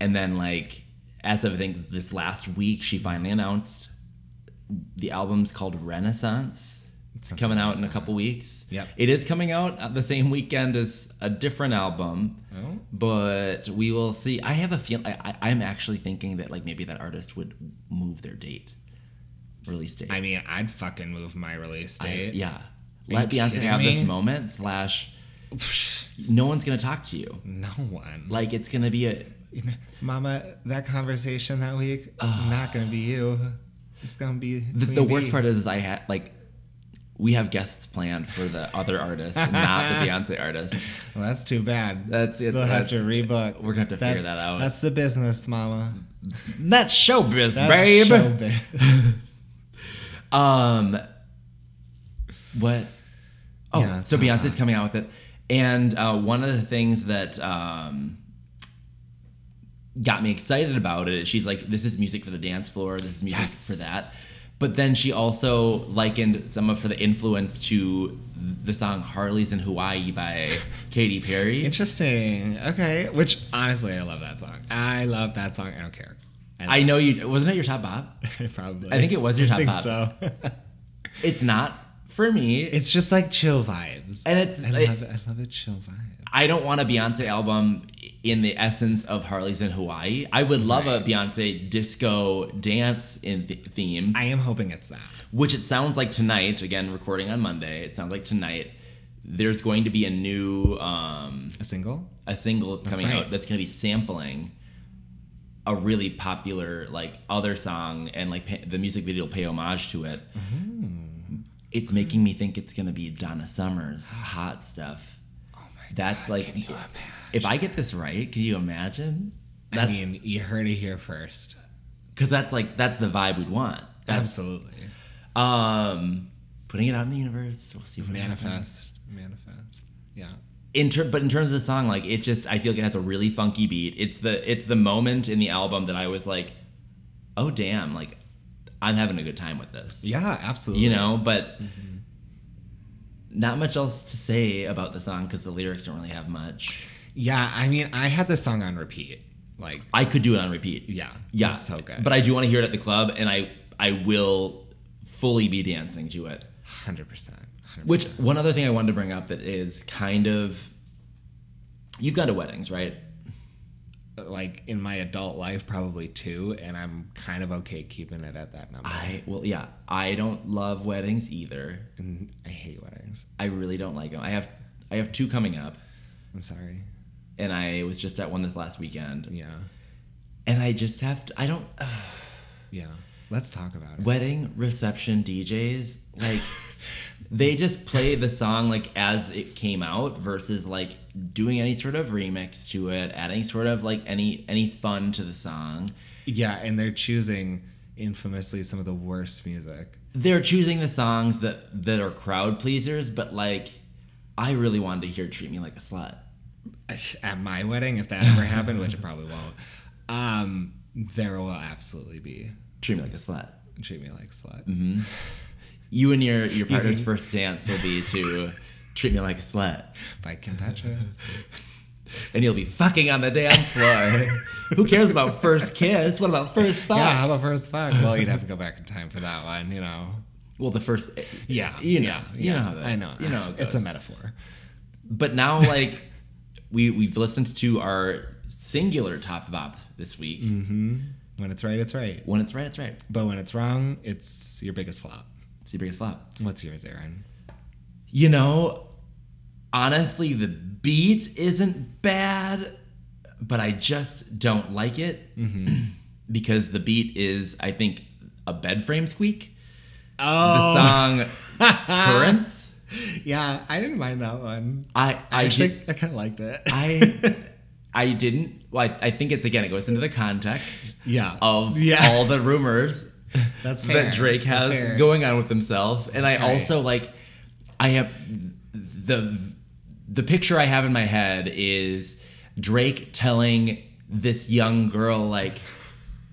[SPEAKER 1] and then like as of I think this last week she finally announced the album's called Renaissance. It's
[SPEAKER 2] Something
[SPEAKER 1] coming out in a couple weeks.
[SPEAKER 2] Yep.
[SPEAKER 1] It is coming out at the same weekend as a different album.
[SPEAKER 2] Oh.
[SPEAKER 1] But we will see. I have a feel. I, I, I'm actually thinking that like maybe that artist would move their date, release date.
[SPEAKER 2] I mean, I'd fucking move my release
[SPEAKER 1] I-
[SPEAKER 2] date.
[SPEAKER 1] yeah. Let
[SPEAKER 2] you
[SPEAKER 1] Beyonce
[SPEAKER 2] kidding
[SPEAKER 1] have this
[SPEAKER 2] me?
[SPEAKER 1] moment. Slash, no one's gonna talk to you.
[SPEAKER 2] No one.
[SPEAKER 1] Like it's gonna be a.
[SPEAKER 2] Mama, that conversation that week, not gonna be you. It's gonna be
[SPEAKER 1] Ah. The, the worst part is, is I had like. We have guests planned for the other artist, not the Beyonce artist.
[SPEAKER 2] Well, that's too bad.
[SPEAKER 1] That's- it's-
[SPEAKER 2] They'll have to
[SPEAKER 1] that's-
[SPEAKER 2] rebook.
[SPEAKER 1] we're gonna have to figure
[SPEAKER 2] That's-
[SPEAKER 1] that out.
[SPEAKER 2] That's the business, Mama.
[SPEAKER 1] That's showbiz,
[SPEAKER 2] That's
[SPEAKER 1] babe.
[SPEAKER 2] showbiz.
[SPEAKER 1] Um, what? Oh,
[SPEAKER 2] Yeah,
[SPEAKER 1] so Beyonce's coming out with it, and uh, one of the things that um, got me excited about it, she's like, "This is music for the dance floor. This is music
[SPEAKER 2] Yes.
[SPEAKER 1] for that." But then she also likened some of her the influence to the song Harley's in Hawaii by Katy Perry.
[SPEAKER 2] Interesting. Okay. Which honestly, I love that song. I love that song. I don't care.
[SPEAKER 1] I know you wasn't it your top bop?
[SPEAKER 2] I probably.
[SPEAKER 1] I think it was your top
[SPEAKER 2] I think
[SPEAKER 1] pop.
[SPEAKER 2] so.
[SPEAKER 1] It's not for me.
[SPEAKER 2] it's just like chill vibes.
[SPEAKER 1] and it's
[SPEAKER 2] I love it. I love a chill vibe.
[SPEAKER 1] I don't want a Beyonce album in the essence of Harley's in Hawaii. I would love a Beyonce disco dance in th- theme,
[SPEAKER 2] I am hoping it's that.
[SPEAKER 1] which it sounds like tonight. Again, recording on Monday. It sounds like tonight. There's going to be a new um,
[SPEAKER 2] A single?
[SPEAKER 1] a single coming
[SPEAKER 2] right.
[SPEAKER 1] out that's going to be sampling a really popular like other song and like pay, the music video will pay homage to it.
[SPEAKER 2] Mm-hmm.
[SPEAKER 1] It's making me think it's going to be Donna Summers hot stuff.
[SPEAKER 2] Oh my
[SPEAKER 1] That's like
[SPEAKER 2] Can you imagine?
[SPEAKER 1] if I get this right, can you imagine?
[SPEAKER 2] I
[SPEAKER 1] That's
[SPEAKER 2] mean, you heard it here first.
[SPEAKER 1] because that's like that's the vibe we'd want. That's,
[SPEAKER 2] Absolutely.
[SPEAKER 1] Um, putting it out in the universe, we'll see what happens.
[SPEAKER 2] Manifest. Manifest. Yeah.
[SPEAKER 1] in ter- but in terms of the song like it just i feel like it has a really funky beat it's the it's the moment in the album that i was like oh damn like i'm having a good time with this
[SPEAKER 2] Yeah, Mm-hmm. absolutely.
[SPEAKER 1] you know but not much else to say about the song because the lyrics don't really have much
[SPEAKER 2] Yeah, I mean, I had this song on repeat. Like,
[SPEAKER 1] i could do it on repeat
[SPEAKER 2] yeah.
[SPEAKER 1] yeah
[SPEAKER 2] it's So good.
[SPEAKER 1] but i do want to hear it at the club and i i will fully be dancing to it
[SPEAKER 2] 100%. 100%.
[SPEAKER 1] which one other thing i wanted to bring up that is kind of you've gone to weddings right
[SPEAKER 2] like in my adult life probably two and i'm kind of okay keeping it at that number i,
[SPEAKER 1] I well, yeah. I don't love weddings either.
[SPEAKER 2] I hate weddings
[SPEAKER 1] I really don't like them. I have I have two coming up,
[SPEAKER 2] i'm sorry
[SPEAKER 1] and I was just at one this last weekend,
[SPEAKER 2] yeah
[SPEAKER 1] and I just have to. I don't uh,
[SPEAKER 2] yeah let's talk about it
[SPEAKER 1] wedding reception DJs like they just play the song like as it came out versus like doing any sort of remix to it, adding sort of like any any fun to the song.
[SPEAKER 2] yeah and they're choosing infamously some of the worst music
[SPEAKER 1] They're choosing the songs that that are crowd pleasers, but like I really wanted to hear "Treat Me Like a Slut."
[SPEAKER 2] at my wedding if that ever happened which it probably won't um there will absolutely be
[SPEAKER 1] "Treat Me Like a Slut."
[SPEAKER 2] treat me like slut
[SPEAKER 1] Mm-hmm. You and your your partner's first dance will be to treat me like a slut,
[SPEAKER 2] by kim petras
[SPEAKER 1] and you'll be fucking on the dance floor. Who cares about first kiss? What about first fuck?
[SPEAKER 2] yeah how about first fuck well you'd have to go back in time for that one you know
[SPEAKER 1] Well, the first,
[SPEAKER 2] yeah
[SPEAKER 1] you know,
[SPEAKER 2] yeah,
[SPEAKER 1] you know
[SPEAKER 2] yeah.
[SPEAKER 1] how that,
[SPEAKER 2] i know
[SPEAKER 1] you know, how it
[SPEAKER 2] it's a
[SPEAKER 1] goes.
[SPEAKER 2] metaphor
[SPEAKER 1] But now, like, we we've listened to our singular top bop this week.
[SPEAKER 2] Mm. when it's right it's right
[SPEAKER 1] When it's right, it's right.
[SPEAKER 2] But when it's wrong, it's your biggest flop.
[SPEAKER 1] It's your biggest flop.
[SPEAKER 2] What's yours, Aaron?
[SPEAKER 1] You know, honestly, the beat isn't bad, but I just don't like it
[SPEAKER 2] Mm-hmm.
[SPEAKER 1] because the beat is, I think, a bed frame squeak. Oh. The
[SPEAKER 2] Oh.
[SPEAKER 1] song Currents.
[SPEAKER 2] yeah, I didn't mind that one.
[SPEAKER 1] I
[SPEAKER 2] I
[SPEAKER 1] I
[SPEAKER 2] actually,
[SPEAKER 1] did,
[SPEAKER 2] I kind of liked it.
[SPEAKER 1] I I didn't. Well, I, I think it's again. It goes into the context
[SPEAKER 2] yeah.
[SPEAKER 1] of
[SPEAKER 2] yeah.
[SPEAKER 1] all the rumors
[SPEAKER 2] that's fair.
[SPEAKER 1] that Drake
[SPEAKER 2] That's
[SPEAKER 1] has
[SPEAKER 2] fair.
[SPEAKER 1] going on with himself. And I
[SPEAKER 2] right.
[SPEAKER 1] also like I have the the picture I have in my head is Drake telling this young girl like,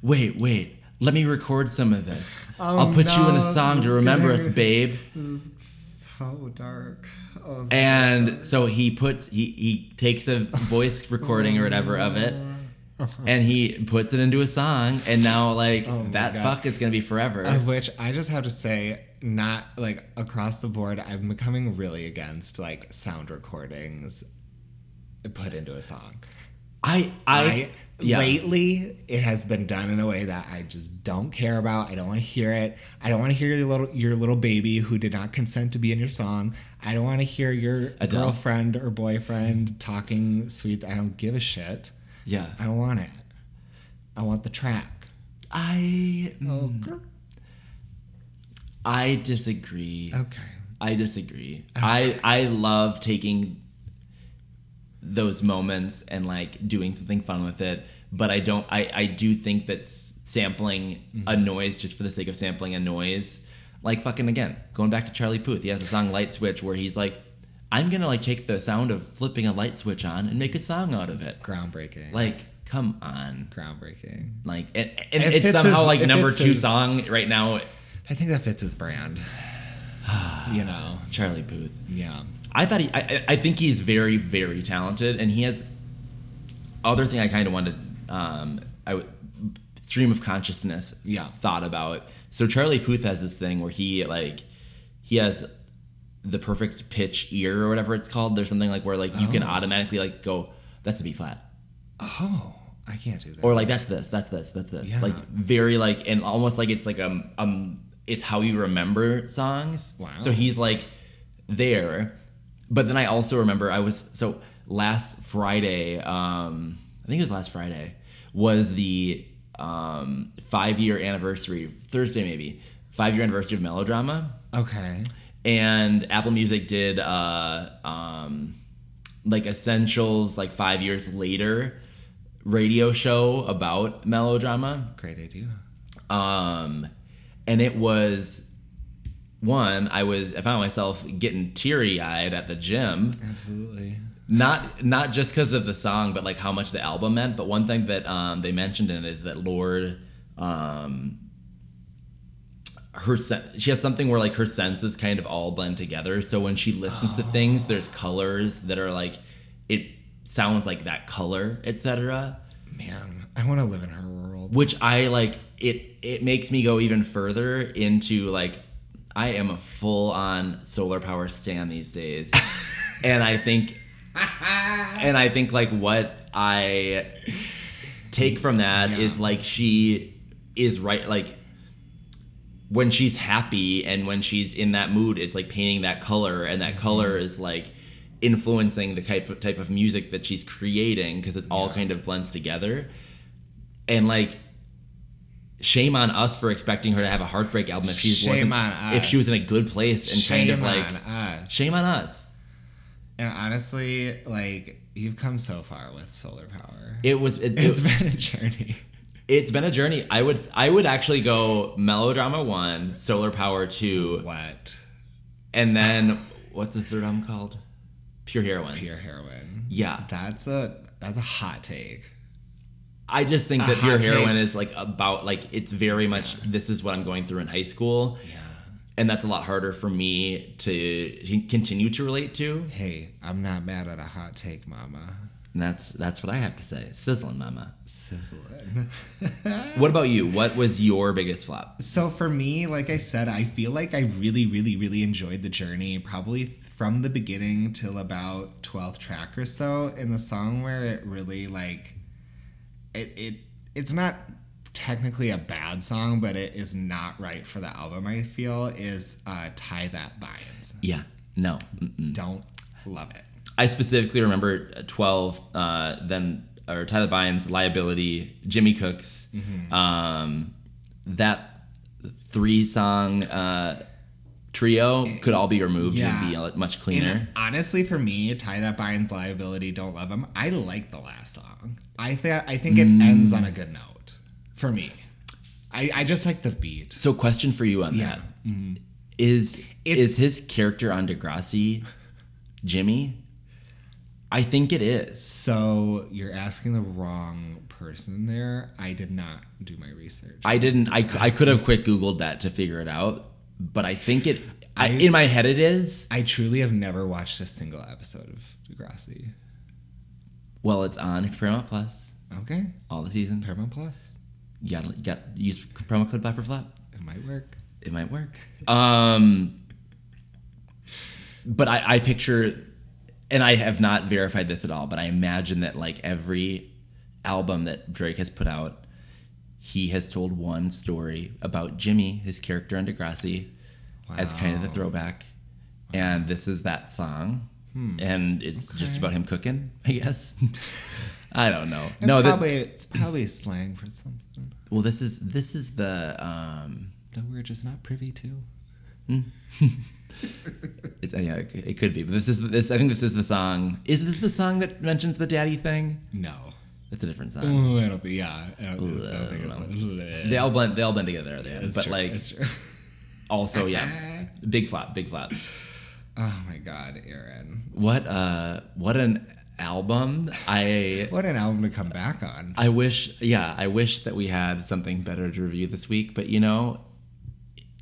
[SPEAKER 1] "Wait, wait, let me record some of this.
[SPEAKER 2] Oh,
[SPEAKER 1] I'll put you in a
[SPEAKER 2] no, this
[SPEAKER 1] song to
[SPEAKER 2] is
[SPEAKER 1] remember
[SPEAKER 2] gonna
[SPEAKER 1] us,
[SPEAKER 2] hurt.
[SPEAKER 1] babe."
[SPEAKER 2] This is so dark. Oh,
[SPEAKER 1] And so he puts he he takes a voice recording or whatever of it. And he puts it into a song, and now like
[SPEAKER 2] Oh my
[SPEAKER 1] that
[SPEAKER 2] God.
[SPEAKER 1] fuck is gonna be forever.
[SPEAKER 2] Of which I just have to say, not like across the board, I'm becoming really against like sound recordings put into a song.
[SPEAKER 1] I
[SPEAKER 2] I
[SPEAKER 1] I, yeah.
[SPEAKER 2] lately it has been done in a way that I just don't care about. I don't want to hear it. I don't want to hear your little your little baby who did not consent to be in your song. I don't want to hear your
[SPEAKER 1] Adele.
[SPEAKER 2] girlfriend or boyfriend talking sweet. I don't give a shit.
[SPEAKER 1] yeah.
[SPEAKER 2] I don't want it. I want the track.
[SPEAKER 1] I hmm. I disagree.
[SPEAKER 2] Okay.
[SPEAKER 1] I disagree. I I love taking those moments and like doing something fun with it, but I don't. I I do think that s- sampling a noise just for the sake of sampling a noise, like fucking again, going back to Charlie Puth, he has a song Light Switch where he's like, I'm gonna like take the sound of flipping a light switch on and make a song out of it.
[SPEAKER 2] Groundbreaking.
[SPEAKER 1] Like, come on.
[SPEAKER 2] groundbreaking.
[SPEAKER 1] Like and, and
[SPEAKER 2] If
[SPEAKER 1] it's
[SPEAKER 2] it's
[SPEAKER 1] somehow
[SPEAKER 2] his-
[SPEAKER 1] like
[SPEAKER 2] if
[SPEAKER 1] number
[SPEAKER 2] it's
[SPEAKER 1] two
[SPEAKER 2] his-
[SPEAKER 1] song right now.
[SPEAKER 2] I think that fits his brand. you know.
[SPEAKER 1] Charlie Booth.
[SPEAKER 2] Yeah.
[SPEAKER 1] I thought he. I, I- I think he's very, very talented, and he has. Other thing I kind of wanted, um, I w- stream of consciousness.
[SPEAKER 2] Yeah.
[SPEAKER 1] Thought about so Charlie Puth has this thing where he like, he has the perfect pitch ear or whatever it's called. There's something like where like you can automatically like go that's a B flat
[SPEAKER 2] Oh, I can't do that.
[SPEAKER 1] or like that's this that's this that's this
[SPEAKER 2] Yeah.
[SPEAKER 1] like very like and almost like it's like um um it's how you remember songs
[SPEAKER 2] Wow.
[SPEAKER 1] so he's like there but then i also remember i was so last friday um i think it was last friday was the um five year anniversary thursday maybe five year anniversary of melodrama
[SPEAKER 2] okay.
[SPEAKER 1] and Apple Music did uh, um, like essentials like five years later radio show about melodrama,
[SPEAKER 2] Great idea.
[SPEAKER 1] um, and it was one I was I found myself getting teary eyed at the gym
[SPEAKER 2] Absolutely.
[SPEAKER 1] not not just because of the song, but like how much the album meant. But one thing that um, they mentioned in it is that Lord, um, her sen- she has something where like her senses kind of all blend together. So when she listens to things, there's colors that are like it sounds like that color, etc.
[SPEAKER 2] Man, I want to live in her world.
[SPEAKER 1] Which I like it. It makes me go even further into like I am a full on solar power stan these days, and I think and I think like what I take from that is
[SPEAKER 2] Yeah.
[SPEAKER 1] like she is right like when she's happy and when she's in that mood it's like painting that color and
[SPEAKER 2] Mm-hmm.
[SPEAKER 1] that color is like influencing the type of, type of music that she's creating because it all kind of blends together and like shame on us for expecting her to have a heartbreak album if she
[SPEAKER 2] Shame
[SPEAKER 1] wasn't
[SPEAKER 2] on
[SPEAKER 1] if
[SPEAKER 2] us.
[SPEAKER 1] she was in a good place and
[SPEAKER 2] Shame
[SPEAKER 1] kind of like
[SPEAKER 2] on us.
[SPEAKER 1] shame on us
[SPEAKER 2] And honestly, like you've come so far with solar power.
[SPEAKER 1] it was it,
[SPEAKER 2] it's been a journey.
[SPEAKER 1] It's been a journey. I would I would actually go melodrama one, solar power two,
[SPEAKER 2] What?
[SPEAKER 1] and then what's the third album called? Pure heroin.
[SPEAKER 2] Pure heroin.
[SPEAKER 1] Yeah,
[SPEAKER 2] That's a that's a hot take.
[SPEAKER 1] I just think that
[SPEAKER 2] A
[SPEAKER 1] pure
[SPEAKER 2] hot take.
[SPEAKER 1] heroin is like about like it's very much this is what I'm going through in high school,
[SPEAKER 2] Yeah.
[SPEAKER 1] and that's a lot harder for me to continue to relate to.
[SPEAKER 2] Hey, I'm not mad at a hot take, mama.
[SPEAKER 1] And that's that's what I have to say. Sizzling, mama.
[SPEAKER 2] Sizzling.
[SPEAKER 1] What about you? What was your biggest flop?
[SPEAKER 2] so for me, like I said, I feel like I really, really, really enjoyed the journey, probably th- from the beginning till about 12th track or so. And the song where it really like it it it's not technically a bad song, but it is not right for the album, I feel, is uh Tie That Binds.
[SPEAKER 1] Yeah, no. Mm-mm.
[SPEAKER 2] Don't love it.
[SPEAKER 1] I specifically remember 12, uh, then or Tyler Bynes, Liability, Jimmy Cooks,
[SPEAKER 2] Mm-hmm.
[SPEAKER 1] um, that three song uh, trio could all be removed
[SPEAKER 2] Yeah.
[SPEAKER 1] and be a lot- much
[SPEAKER 2] And
[SPEAKER 1] cleaner.
[SPEAKER 2] honestly, for me, tie that binds liability. Don't love him. I like the last song. I think I think it
[SPEAKER 1] Mm.
[SPEAKER 2] ends on a good note for me. I, I just like the beat.
[SPEAKER 1] So, question for you on
[SPEAKER 2] Yeah. Mm-hmm.
[SPEAKER 1] that is
[SPEAKER 2] It's-
[SPEAKER 1] is his character on Degrassi Jimmy? I think it is.
[SPEAKER 2] So you're asking the wrong person there. I did not do my research.
[SPEAKER 1] I didn't. I, I could have quick googled that to figure it out, but I think it. I,
[SPEAKER 2] I-
[SPEAKER 1] in my head, it is.
[SPEAKER 2] I truly have never watched a single episode of Degrassi.
[SPEAKER 1] Well, it's on Paramount Plus.
[SPEAKER 2] Okay,
[SPEAKER 1] all the seasons.
[SPEAKER 2] Paramount Plus.
[SPEAKER 1] You gotta, you gotta use promo code Flap.
[SPEAKER 2] It might work.
[SPEAKER 1] It might work. Um, but I, I picture, and I have not verified this at all, but I imagine that like every album that Drake has put out, he has told one story about Jimmy, his character on Degrassi, as kind of the throwback. And this is that song. And it's just
[SPEAKER 2] Okay.
[SPEAKER 1] about him cooking, I guess. I don't know.
[SPEAKER 2] And
[SPEAKER 1] no, that,
[SPEAKER 2] probably it's probably slang for something
[SPEAKER 1] well, this is this is the um,
[SPEAKER 2] that we're just not privy to.
[SPEAKER 1] It's, uh, yeah, it it could be, but this is this. I think this is the song. Is this the song that mentions the daddy thing?
[SPEAKER 2] No.
[SPEAKER 1] That's a different song.
[SPEAKER 2] Ooh, I don't think. Yeah, I don't, I don't think it's.
[SPEAKER 1] They all blend. They all blend together. There,
[SPEAKER 2] It's
[SPEAKER 1] but
[SPEAKER 2] true,
[SPEAKER 1] like
[SPEAKER 2] it's true.
[SPEAKER 1] also, yeah, big flop, big flop.
[SPEAKER 2] oh my god, Aaron,
[SPEAKER 1] What uh, what an album. I
[SPEAKER 2] what an album to come back on.
[SPEAKER 1] I wish, yeah, I wish that we had something better to review this week. But you know,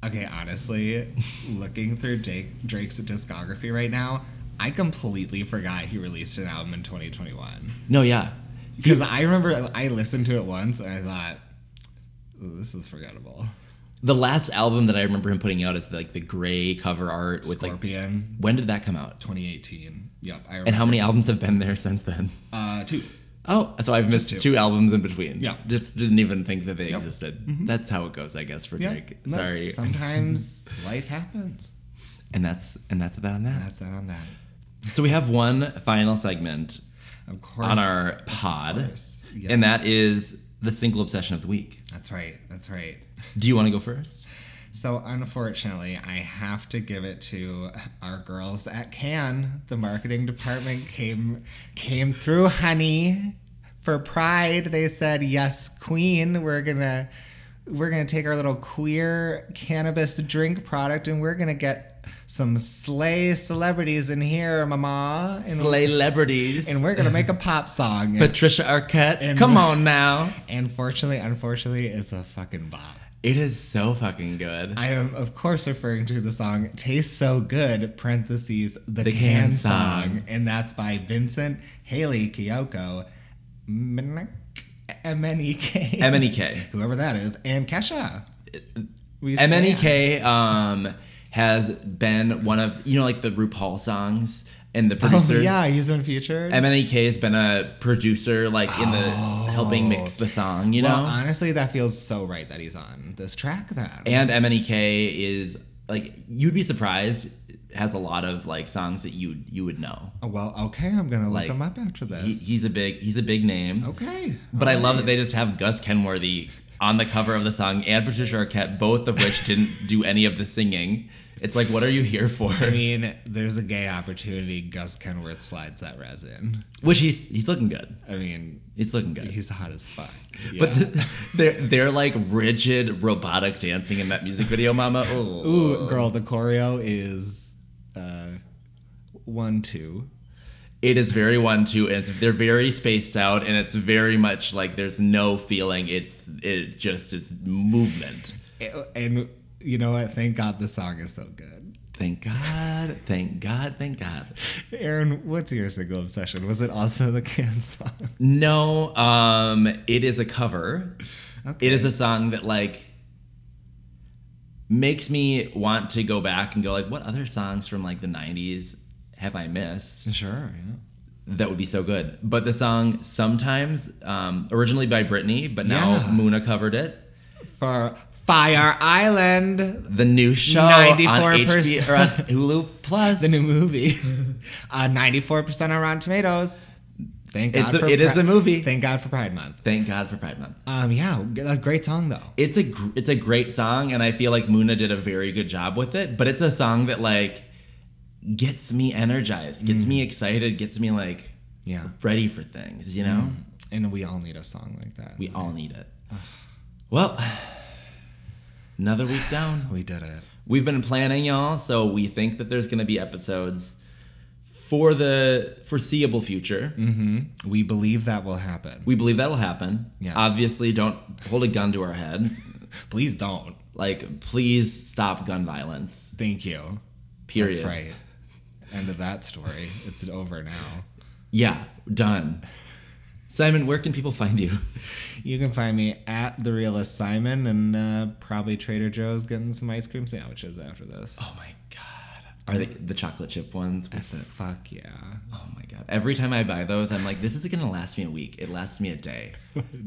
[SPEAKER 2] Okay, honestly, looking through Jake, Drake's discography right now, I completely forgot he released an album in 2021.
[SPEAKER 1] No, yeah.
[SPEAKER 2] Because I remember I listened to it once and I thought, "Ooh, this is forgettable.
[SPEAKER 1] The last album that I remember him putting out is like the gray cover art with like.
[SPEAKER 2] Scorpion,
[SPEAKER 1] When did that come out?
[SPEAKER 2] 2018. Yep, I remember.
[SPEAKER 1] And how many albums have been there since then?
[SPEAKER 2] Uh, two.
[SPEAKER 1] Oh, so I've missed two.
[SPEAKER 2] two.
[SPEAKER 1] albums in between.
[SPEAKER 2] Yeah.
[SPEAKER 1] Just didn't even think that they existed. That's how it goes, I guess, for
[SPEAKER 2] Yep.
[SPEAKER 1] Drake.
[SPEAKER 2] No,
[SPEAKER 1] Sorry.
[SPEAKER 2] Sometimes life happens.
[SPEAKER 1] And that's and that's that on that.
[SPEAKER 2] That's that on that.
[SPEAKER 1] So we have one final segment
[SPEAKER 2] Of course.
[SPEAKER 1] on our pod.
[SPEAKER 2] course. Yes.
[SPEAKER 1] And that is the single obsession of the week.
[SPEAKER 2] That's right. That's right.
[SPEAKER 1] Do you want to go first?
[SPEAKER 2] So unfortunately, I have to give it to our girls at Can. The marketing department came came through, honey. For Pride, they said, "Yes, Queen, we're gonna we're gonna take our little queer cannabis drink product, and we're gonna get some slay celebrities in here, Mama, and,
[SPEAKER 1] Celebrities.
[SPEAKER 2] and we're gonna make a pop song."
[SPEAKER 1] Patricia Arquette. Come on now.
[SPEAKER 2] and fortunately, unfortunately, it's a fucking bop.
[SPEAKER 1] It is so fucking good.
[SPEAKER 2] I am, of course, referring to the song Tastes So Good, parentheses, the,
[SPEAKER 1] The
[SPEAKER 2] can,
[SPEAKER 1] Can
[SPEAKER 2] song.
[SPEAKER 1] Song.
[SPEAKER 2] And that's by Vincent Haley Kyoko, Mnek, MNEK,
[SPEAKER 1] MNEK.
[SPEAKER 2] E whoever that is, and Kesha. We stand.
[SPEAKER 1] MNEK E um, has been one of, you know, like the RuPaul songs and the producers. E
[SPEAKER 2] Oh, yeah, he's been featured.
[SPEAKER 1] MNEK has been a producer, like in the helping mix the song, you know?
[SPEAKER 2] Oh. well, honestly, that feels so right that he's on this track then.
[SPEAKER 1] and MNEK is like, you'd be surprised, has a lot of like songs that you you would know.
[SPEAKER 2] well, okay, I'm going to look
[SPEAKER 1] Like,
[SPEAKER 2] him up after this.
[SPEAKER 1] He, he's a big he's a big name.
[SPEAKER 2] okay.
[SPEAKER 1] But I love that they just have Gus Kenworthy on the cover of the song and Patricia Arquette, both of which didn't do any of the singing. It's like, what are you here for?
[SPEAKER 2] I mean, there's a gay opportunity. Gus Kenworth slides that resin.
[SPEAKER 1] Which he's he's looking good.
[SPEAKER 2] I mean,
[SPEAKER 1] He's looking good.
[SPEAKER 2] He's hot as fuck.
[SPEAKER 1] But
[SPEAKER 2] Yeah.
[SPEAKER 1] th- they're they're like rigid robotic dancing in that music video, Mama. Oh, Ooh.
[SPEAKER 2] ooh, girl, the choreo is uh, one two.
[SPEAKER 1] It is very one two, and it's, they're very spaced out, and it's very much like there's no feeling. It's it just is movement.
[SPEAKER 2] And you know what? Thank God the song is so good.
[SPEAKER 1] Thank God, thank God, thank God.
[SPEAKER 2] Aaron, what's your single obsession? Was it also the can song?
[SPEAKER 1] No, um, it is a cover.
[SPEAKER 2] Okay.
[SPEAKER 1] It is a song that like makes me want to go back and go like, what other songs from like the '90s have I missed?
[SPEAKER 2] Sure. Yeah.
[SPEAKER 1] That would be so good. But the song sometimes, um, originally by Britney, but now
[SPEAKER 2] Yeah.
[SPEAKER 1] Muna covered it.
[SPEAKER 2] For Fire Island,
[SPEAKER 1] The new show on
[SPEAKER 2] 94%.
[SPEAKER 1] HBO or on Hulu Plus.
[SPEAKER 2] the new movie, Uh, ninety-four percent on Rotten Tomatoes. Thank God
[SPEAKER 1] It's a-
[SPEAKER 2] for
[SPEAKER 1] it is a movie.
[SPEAKER 2] Thank God for Pride Month.
[SPEAKER 1] Thank God for Pride Month.
[SPEAKER 2] Um, yeah, a great song though.
[SPEAKER 1] It's a gr- it's a great song, and I feel like Muna did a very good job with it. But it's a song that like gets me energized,
[SPEAKER 2] Mm.
[SPEAKER 1] gets me excited, gets me like
[SPEAKER 2] Yeah,
[SPEAKER 1] ready for things. You
[SPEAKER 2] Mm.
[SPEAKER 1] know,
[SPEAKER 2] and we all need a song like that.
[SPEAKER 1] we all need it. Well, another week down.
[SPEAKER 2] we did it.
[SPEAKER 1] We've been planning, y'all, so we think that there's going to be episodes for the foreseeable future.
[SPEAKER 2] We believe that will happen.
[SPEAKER 1] We believe that'll happen.
[SPEAKER 2] Yes.
[SPEAKER 1] Obviously, don't hold a gun to our head.
[SPEAKER 2] Please don't.
[SPEAKER 1] Like, please stop gun violence.
[SPEAKER 2] Thank you.
[SPEAKER 1] Period.
[SPEAKER 2] That's right. End of that story. It's over now.
[SPEAKER 1] Yeah, done. Simon, where can people find you?
[SPEAKER 2] You can find me at the realist Simon and uh, probably Trader Joe's getting some ice cream sandwiches after this.
[SPEAKER 1] Oh my god. Are they the chocolate chip ones with the
[SPEAKER 2] Fuck yeah.
[SPEAKER 1] Oh my god. Every time I buy those, I'm like, this is gonna last me a week. It lasts me a day.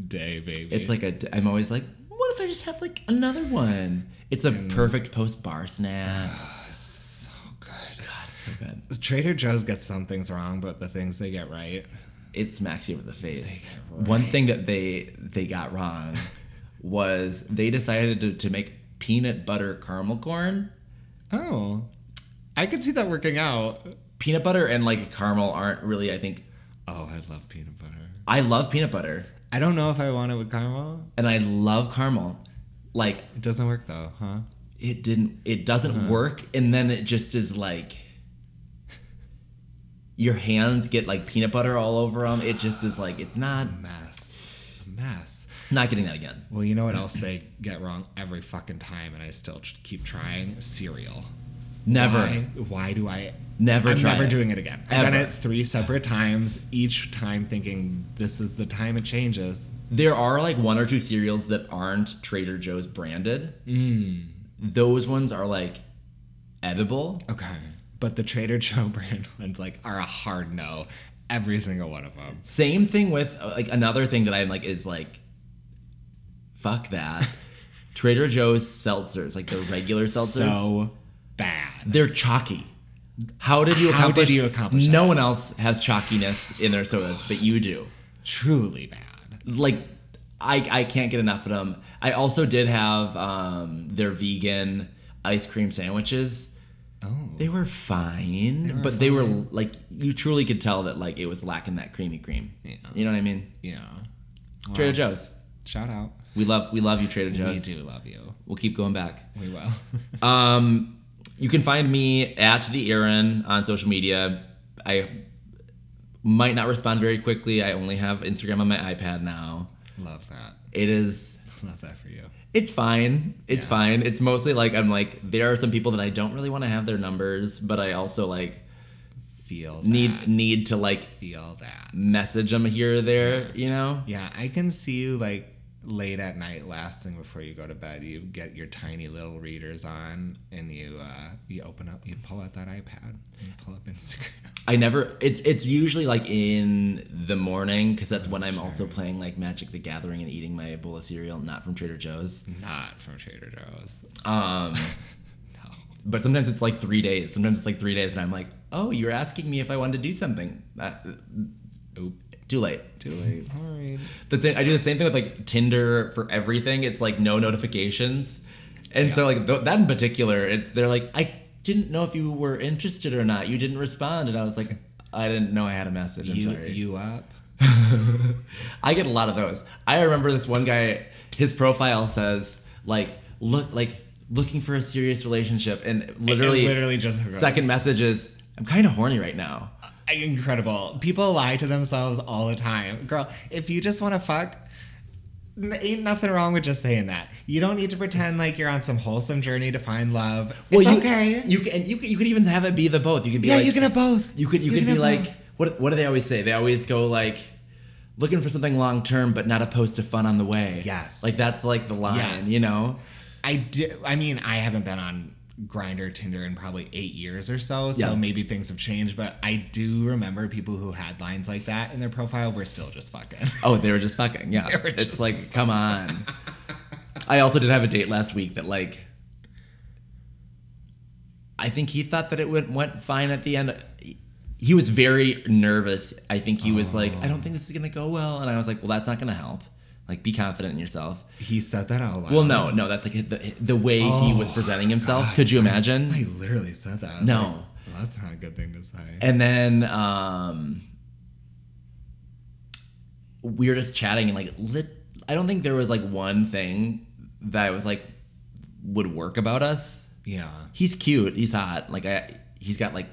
[SPEAKER 2] Day, baby.
[SPEAKER 1] It's like a d- I'm always like, what if I just have like another one? It's a perfect post bar snack.
[SPEAKER 2] so good.
[SPEAKER 1] God, it's so good.
[SPEAKER 2] Trader Joe's gets some things wrong, but the things they get right.
[SPEAKER 1] it smacks you over the face. One thing that they they got wrong was they decided to, to make peanut butter caramel corn.
[SPEAKER 2] Oh. I could see that working out.
[SPEAKER 1] Peanut butter and like caramel aren't really. I think
[SPEAKER 2] Oh, I love peanut butter.
[SPEAKER 1] I love peanut butter
[SPEAKER 2] I don't know if I want it with caramel.
[SPEAKER 1] and I love caramel. Like
[SPEAKER 2] It doesn't work though, huh?
[SPEAKER 1] it didn't. It doesn't work, and then it just is like. Your hands get like peanut butter all over them. It just is like it's not.
[SPEAKER 2] mess. A mess.
[SPEAKER 1] Not getting that again.
[SPEAKER 2] Well, you know what else they get wrong every fucking time, and I still ch- keep trying cereal.
[SPEAKER 1] Never.
[SPEAKER 2] Why, why do I?
[SPEAKER 1] Never
[SPEAKER 2] I'm
[SPEAKER 1] try
[SPEAKER 2] never
[SPEAKER 1] it.
[SPEAKER 2] doing it again. I've done
[SPEAKER 1] Ever.
[SPEAKER 2] it three separate times, each time thinking this is the time it changes.
[SPEAKER 1] There are like one or two cereals that aren't Trader Joe's branded.
[SPEAKER 2] Hmm.
[SPEAKER 1] Those ones are like edible.
[SPEAKER 2] Okay. But the Trader Joe brand ones like are a hard no. Every single one of them.
[SPEAKER 1] Same thing with uh, like another thing that I'm like is like, fuck that. Trader Joe's seltzers, like the regular seltzers,
[SPEAKER 2] So bad.
[SPEAKER 1] they're chalky. How did you
[SPEAKER 2] How
[SPEAKER 1] accomplish?
[SPEAKER 2] did you accomplish
[SPEAKER 1] No one else has chalkiness in their sodas, but you do.
[SPEAKER 2] Truly bad.
[SPEAKER 1] like I I can't get enough of them. I also did have um, their vegan ice cream sandwiches.
[SPEAKER 2] Oh.
[SPEAKER 1] They were fine, but they were like you truly could tell that like it was lacking that creamy cream.
[SPEAKER 2] Yeah.
[SPEAKER 1] You know what I mean?
[SPEAKER 2] Yeah.
[SPEAKER 1] Trader Joe's.
[SPEAKER 2] Shout out.
[SPEAKER 1] We love we love you Trader
[SPEAKER 2] We
[SPEAKER 1] Joe's.
[SPEAKER 2] do love you.
[SPEAKER 1] We'll keep going back.
[SPEAKER 2] We will.
[SPEAKER 1] You can find me at the Aaron on social media. I might not respond very quickly. I only have Instagram on my iPad now.
[SPEAKER 2] love that.
[SPEAKER 1] It is
[SPEAKER 2] Love that for you.
[SPEAKER 1] it's fine. It's fine. It's mostly like I'm like there are some people that I don't really want to have their numbers, but I also like
[SPEAKER 2] Feel that.
[SPEAKER 1] need need to like
[SPEAKER 2] feel that.
[SPEAKER 1] message them here or there, you know?
[SPEAKER 2] Yeah, I can see you like late at night last thing before you go to bed. You get your tiny little readers on and you uh you open up you pull out that iPad and you pull up Instagram.
[SPEAKER 1] I never it's it's usually like in the morning cuz that's when I'm also playing like Magic the Gathering and eating my bowl of cereal not from Trader Joe's.
[SPEAKER 2] Not from Trader Joe's.
[SPEAKER 1] Um
[SPEAKER 2] No.
[SPEAKER 1] but sometimes it's like 3 days. Sometimes it's like 3 days and I'm like, "Oh, you're asking me if I want to do something." That,
[SPEAKER 2] Oop.
[SPEAKER 1] too late.
[SPEAKER 2] Too late. Sorry.
[SPEAKER 1] The same, I do the same thing with like Tinder for everything. It's like no notifications, and so like th- that in particular, it's they're like I didn't know if you were interested or not. You didn't respond, and I was like, I didn't know I had a message. I'm
[SPEAKER 2] You
[SPEAKER 1] sorry.
[SPEAKER 2] you up?
[SPEAKER 1] I get a lot of those. I remember this one guy. His profile says like look like looking for a serious relationship, and literally,
[SPEAKER 2] And literally just
[SPEAKER 1] second message is I'm kind of horny right now.
[SPEAKER 2] incredible. People lie to themselves all the time. Girl, if you just want to fuck, n- ain't nothing wrong with just saying that. You don't need to pretend like you're on some wholesome journey to find love. it's
[SPEAKER 1] you,
[SPEAKER 2] okay.
[SPEAKER 1] You can and you can, you could even have it be the both. You could be
[SPEAKER 2] yeah,
[SPEAKER 1] like,
[SPEAKER 2] you can have both.
[SPEAKER 1] You could you, could
[SPEAKER 2] can
[SPEAKER 1] be
[SPEAKER 2] have
[SPEAKER 1] like
[SPEAKER 2] both.
[SPEAKER 1] what what do they always say? They always go like looking for something long term but not opposed to fun on the way.
[SPEAKER 2] Yes.
[SPEAKER 1] Like that's like the line,
[SPEAKER 2] Yes.
[SPEAKER 1] you know?
[SPEAKER 2] I do. I mean, I haven't been on Grinder, Tinder in probably eight years or so, so
[SPEAKER 1] Yeah.
[SPEAKER 2] maybe things have changed. But I do remember people who had lines like that in their profile were still just fucking.
[SPEAKER 1] Oh, they were just fucking. Yeah.
[SPEAKER 2] They were
[SPEAKER 1] it's
[SPEAKER 2] just-
[SPEAKER 1] like, come on. I also did have a date last week that like I think he thought that it went went fine at the end. He was very nervous. I think he was like, I don't think this is gonna go well. And I was like, Well, that's not gonna help. Like, be confident in yourself.
[SPEAKER 2] He said that out loud.
[SPEAKER 1] Well, no, no, that's like the, the way he
[SPEAKER 2] Oh,
[SPEAKER 1] was presenting himself. Could you imagine?
[SPEAKER 2] I literally said that. I was
[SPEAKER 1] No.
[SPEAKER 2] like, well, that's not a good thing to say.
[SPEAKER 1] And then um, we were just chatting and like lit. I don't think there was like one thing that I was like would work about us.
[SPEAKER 2] Yeah.
[SPEAKER 1] He's cute. He's hot. Like I, he's got like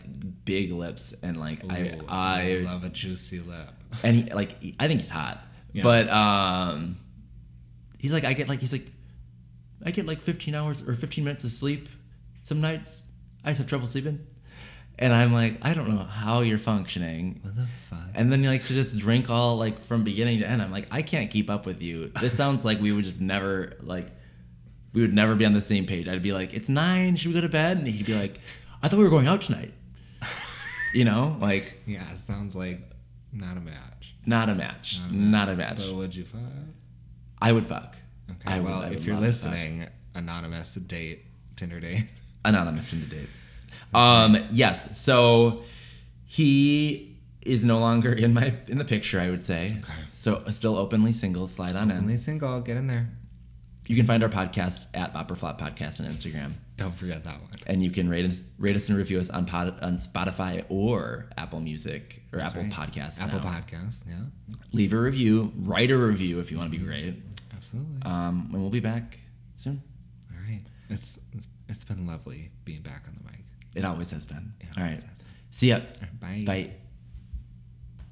[SPEAKER 1] big lips and like I,
[SPEAKER 2] Ooh,
[SPEAKER 1] I
[SPEAKER 2] love a juicy lip.
[SPEAKER 1] and he like he- I think he's hot,
[SPEAKER 2] Yeah.
[SPEAKER 1] but um, he's like I get like he's like I get like 15 hours or 15 minutes of sleep some nights. I just have trouble sleeping, and I'm like I don't know how you're functioning.
[SPEAKER 2] What the fuck?
[SPEAKER 1] And then he likes to just drink all like from beginning to end. I'm like I can't keep up with you. This sounds like we would just never like we would never be on the same page. I'd be like it's nine, should we go to bed? And he'd be like I thought we were going out tonight. you know, like
[SPEAKER 2] Yeah, it sounds like not a match.
[SPEAKER 1] not a match, not a match.
[SPEAKER 2] But would you fuck?
[SPEAKER 1] I would fuck.
[SPEAKER 2] Okay.
[SPEAKER 1] I would,
[SPEAKER 2] well,
[SPEAKER 1] I would
[SPEAKER 2] if you're
[SPEAKER 1] love to fuck.
[SPEAKER 2] listening, anonymous date, Tinder date.
[SPEAKER 1] anonymous in the date. Um, yes. So he is no longer in my in the picture. I would say. Okay. So uh, still openly single. Slide on in.
[SPEAKER 2] Only single, get in there.
[SPEAKER 1] You can find our podcast at Flop Podcast on Instagram,
[SPEAKER 2] Don't forget that one.
[SPEAKER 1] and you can rate us rate us and review us on pod, on Spotify or Apple Music or Apple
[SPEAKER 2] right.
[SPEAKER 1] Podcasts.
[SPEAKER 2] Apple
[SPEAKER 1] now.
[SPEAKER 2] Podcasts, yeah.
[SPEAKER 1] Leave a review. Write a review if you want to be great.
[SPEAKER 2] Absolutely.
[SPEAKER 1] Um, and we'll be back soon.
[SPEAKER 2] All right. It's it's been lovely being back on the mic.
[SPEAKER 1] It always has been. All right.
[SPEAKER 2] always has
[SPEAKER 1] See ya.
[SPEAKER 2] Bye.
[SPEAKER 1] Bye.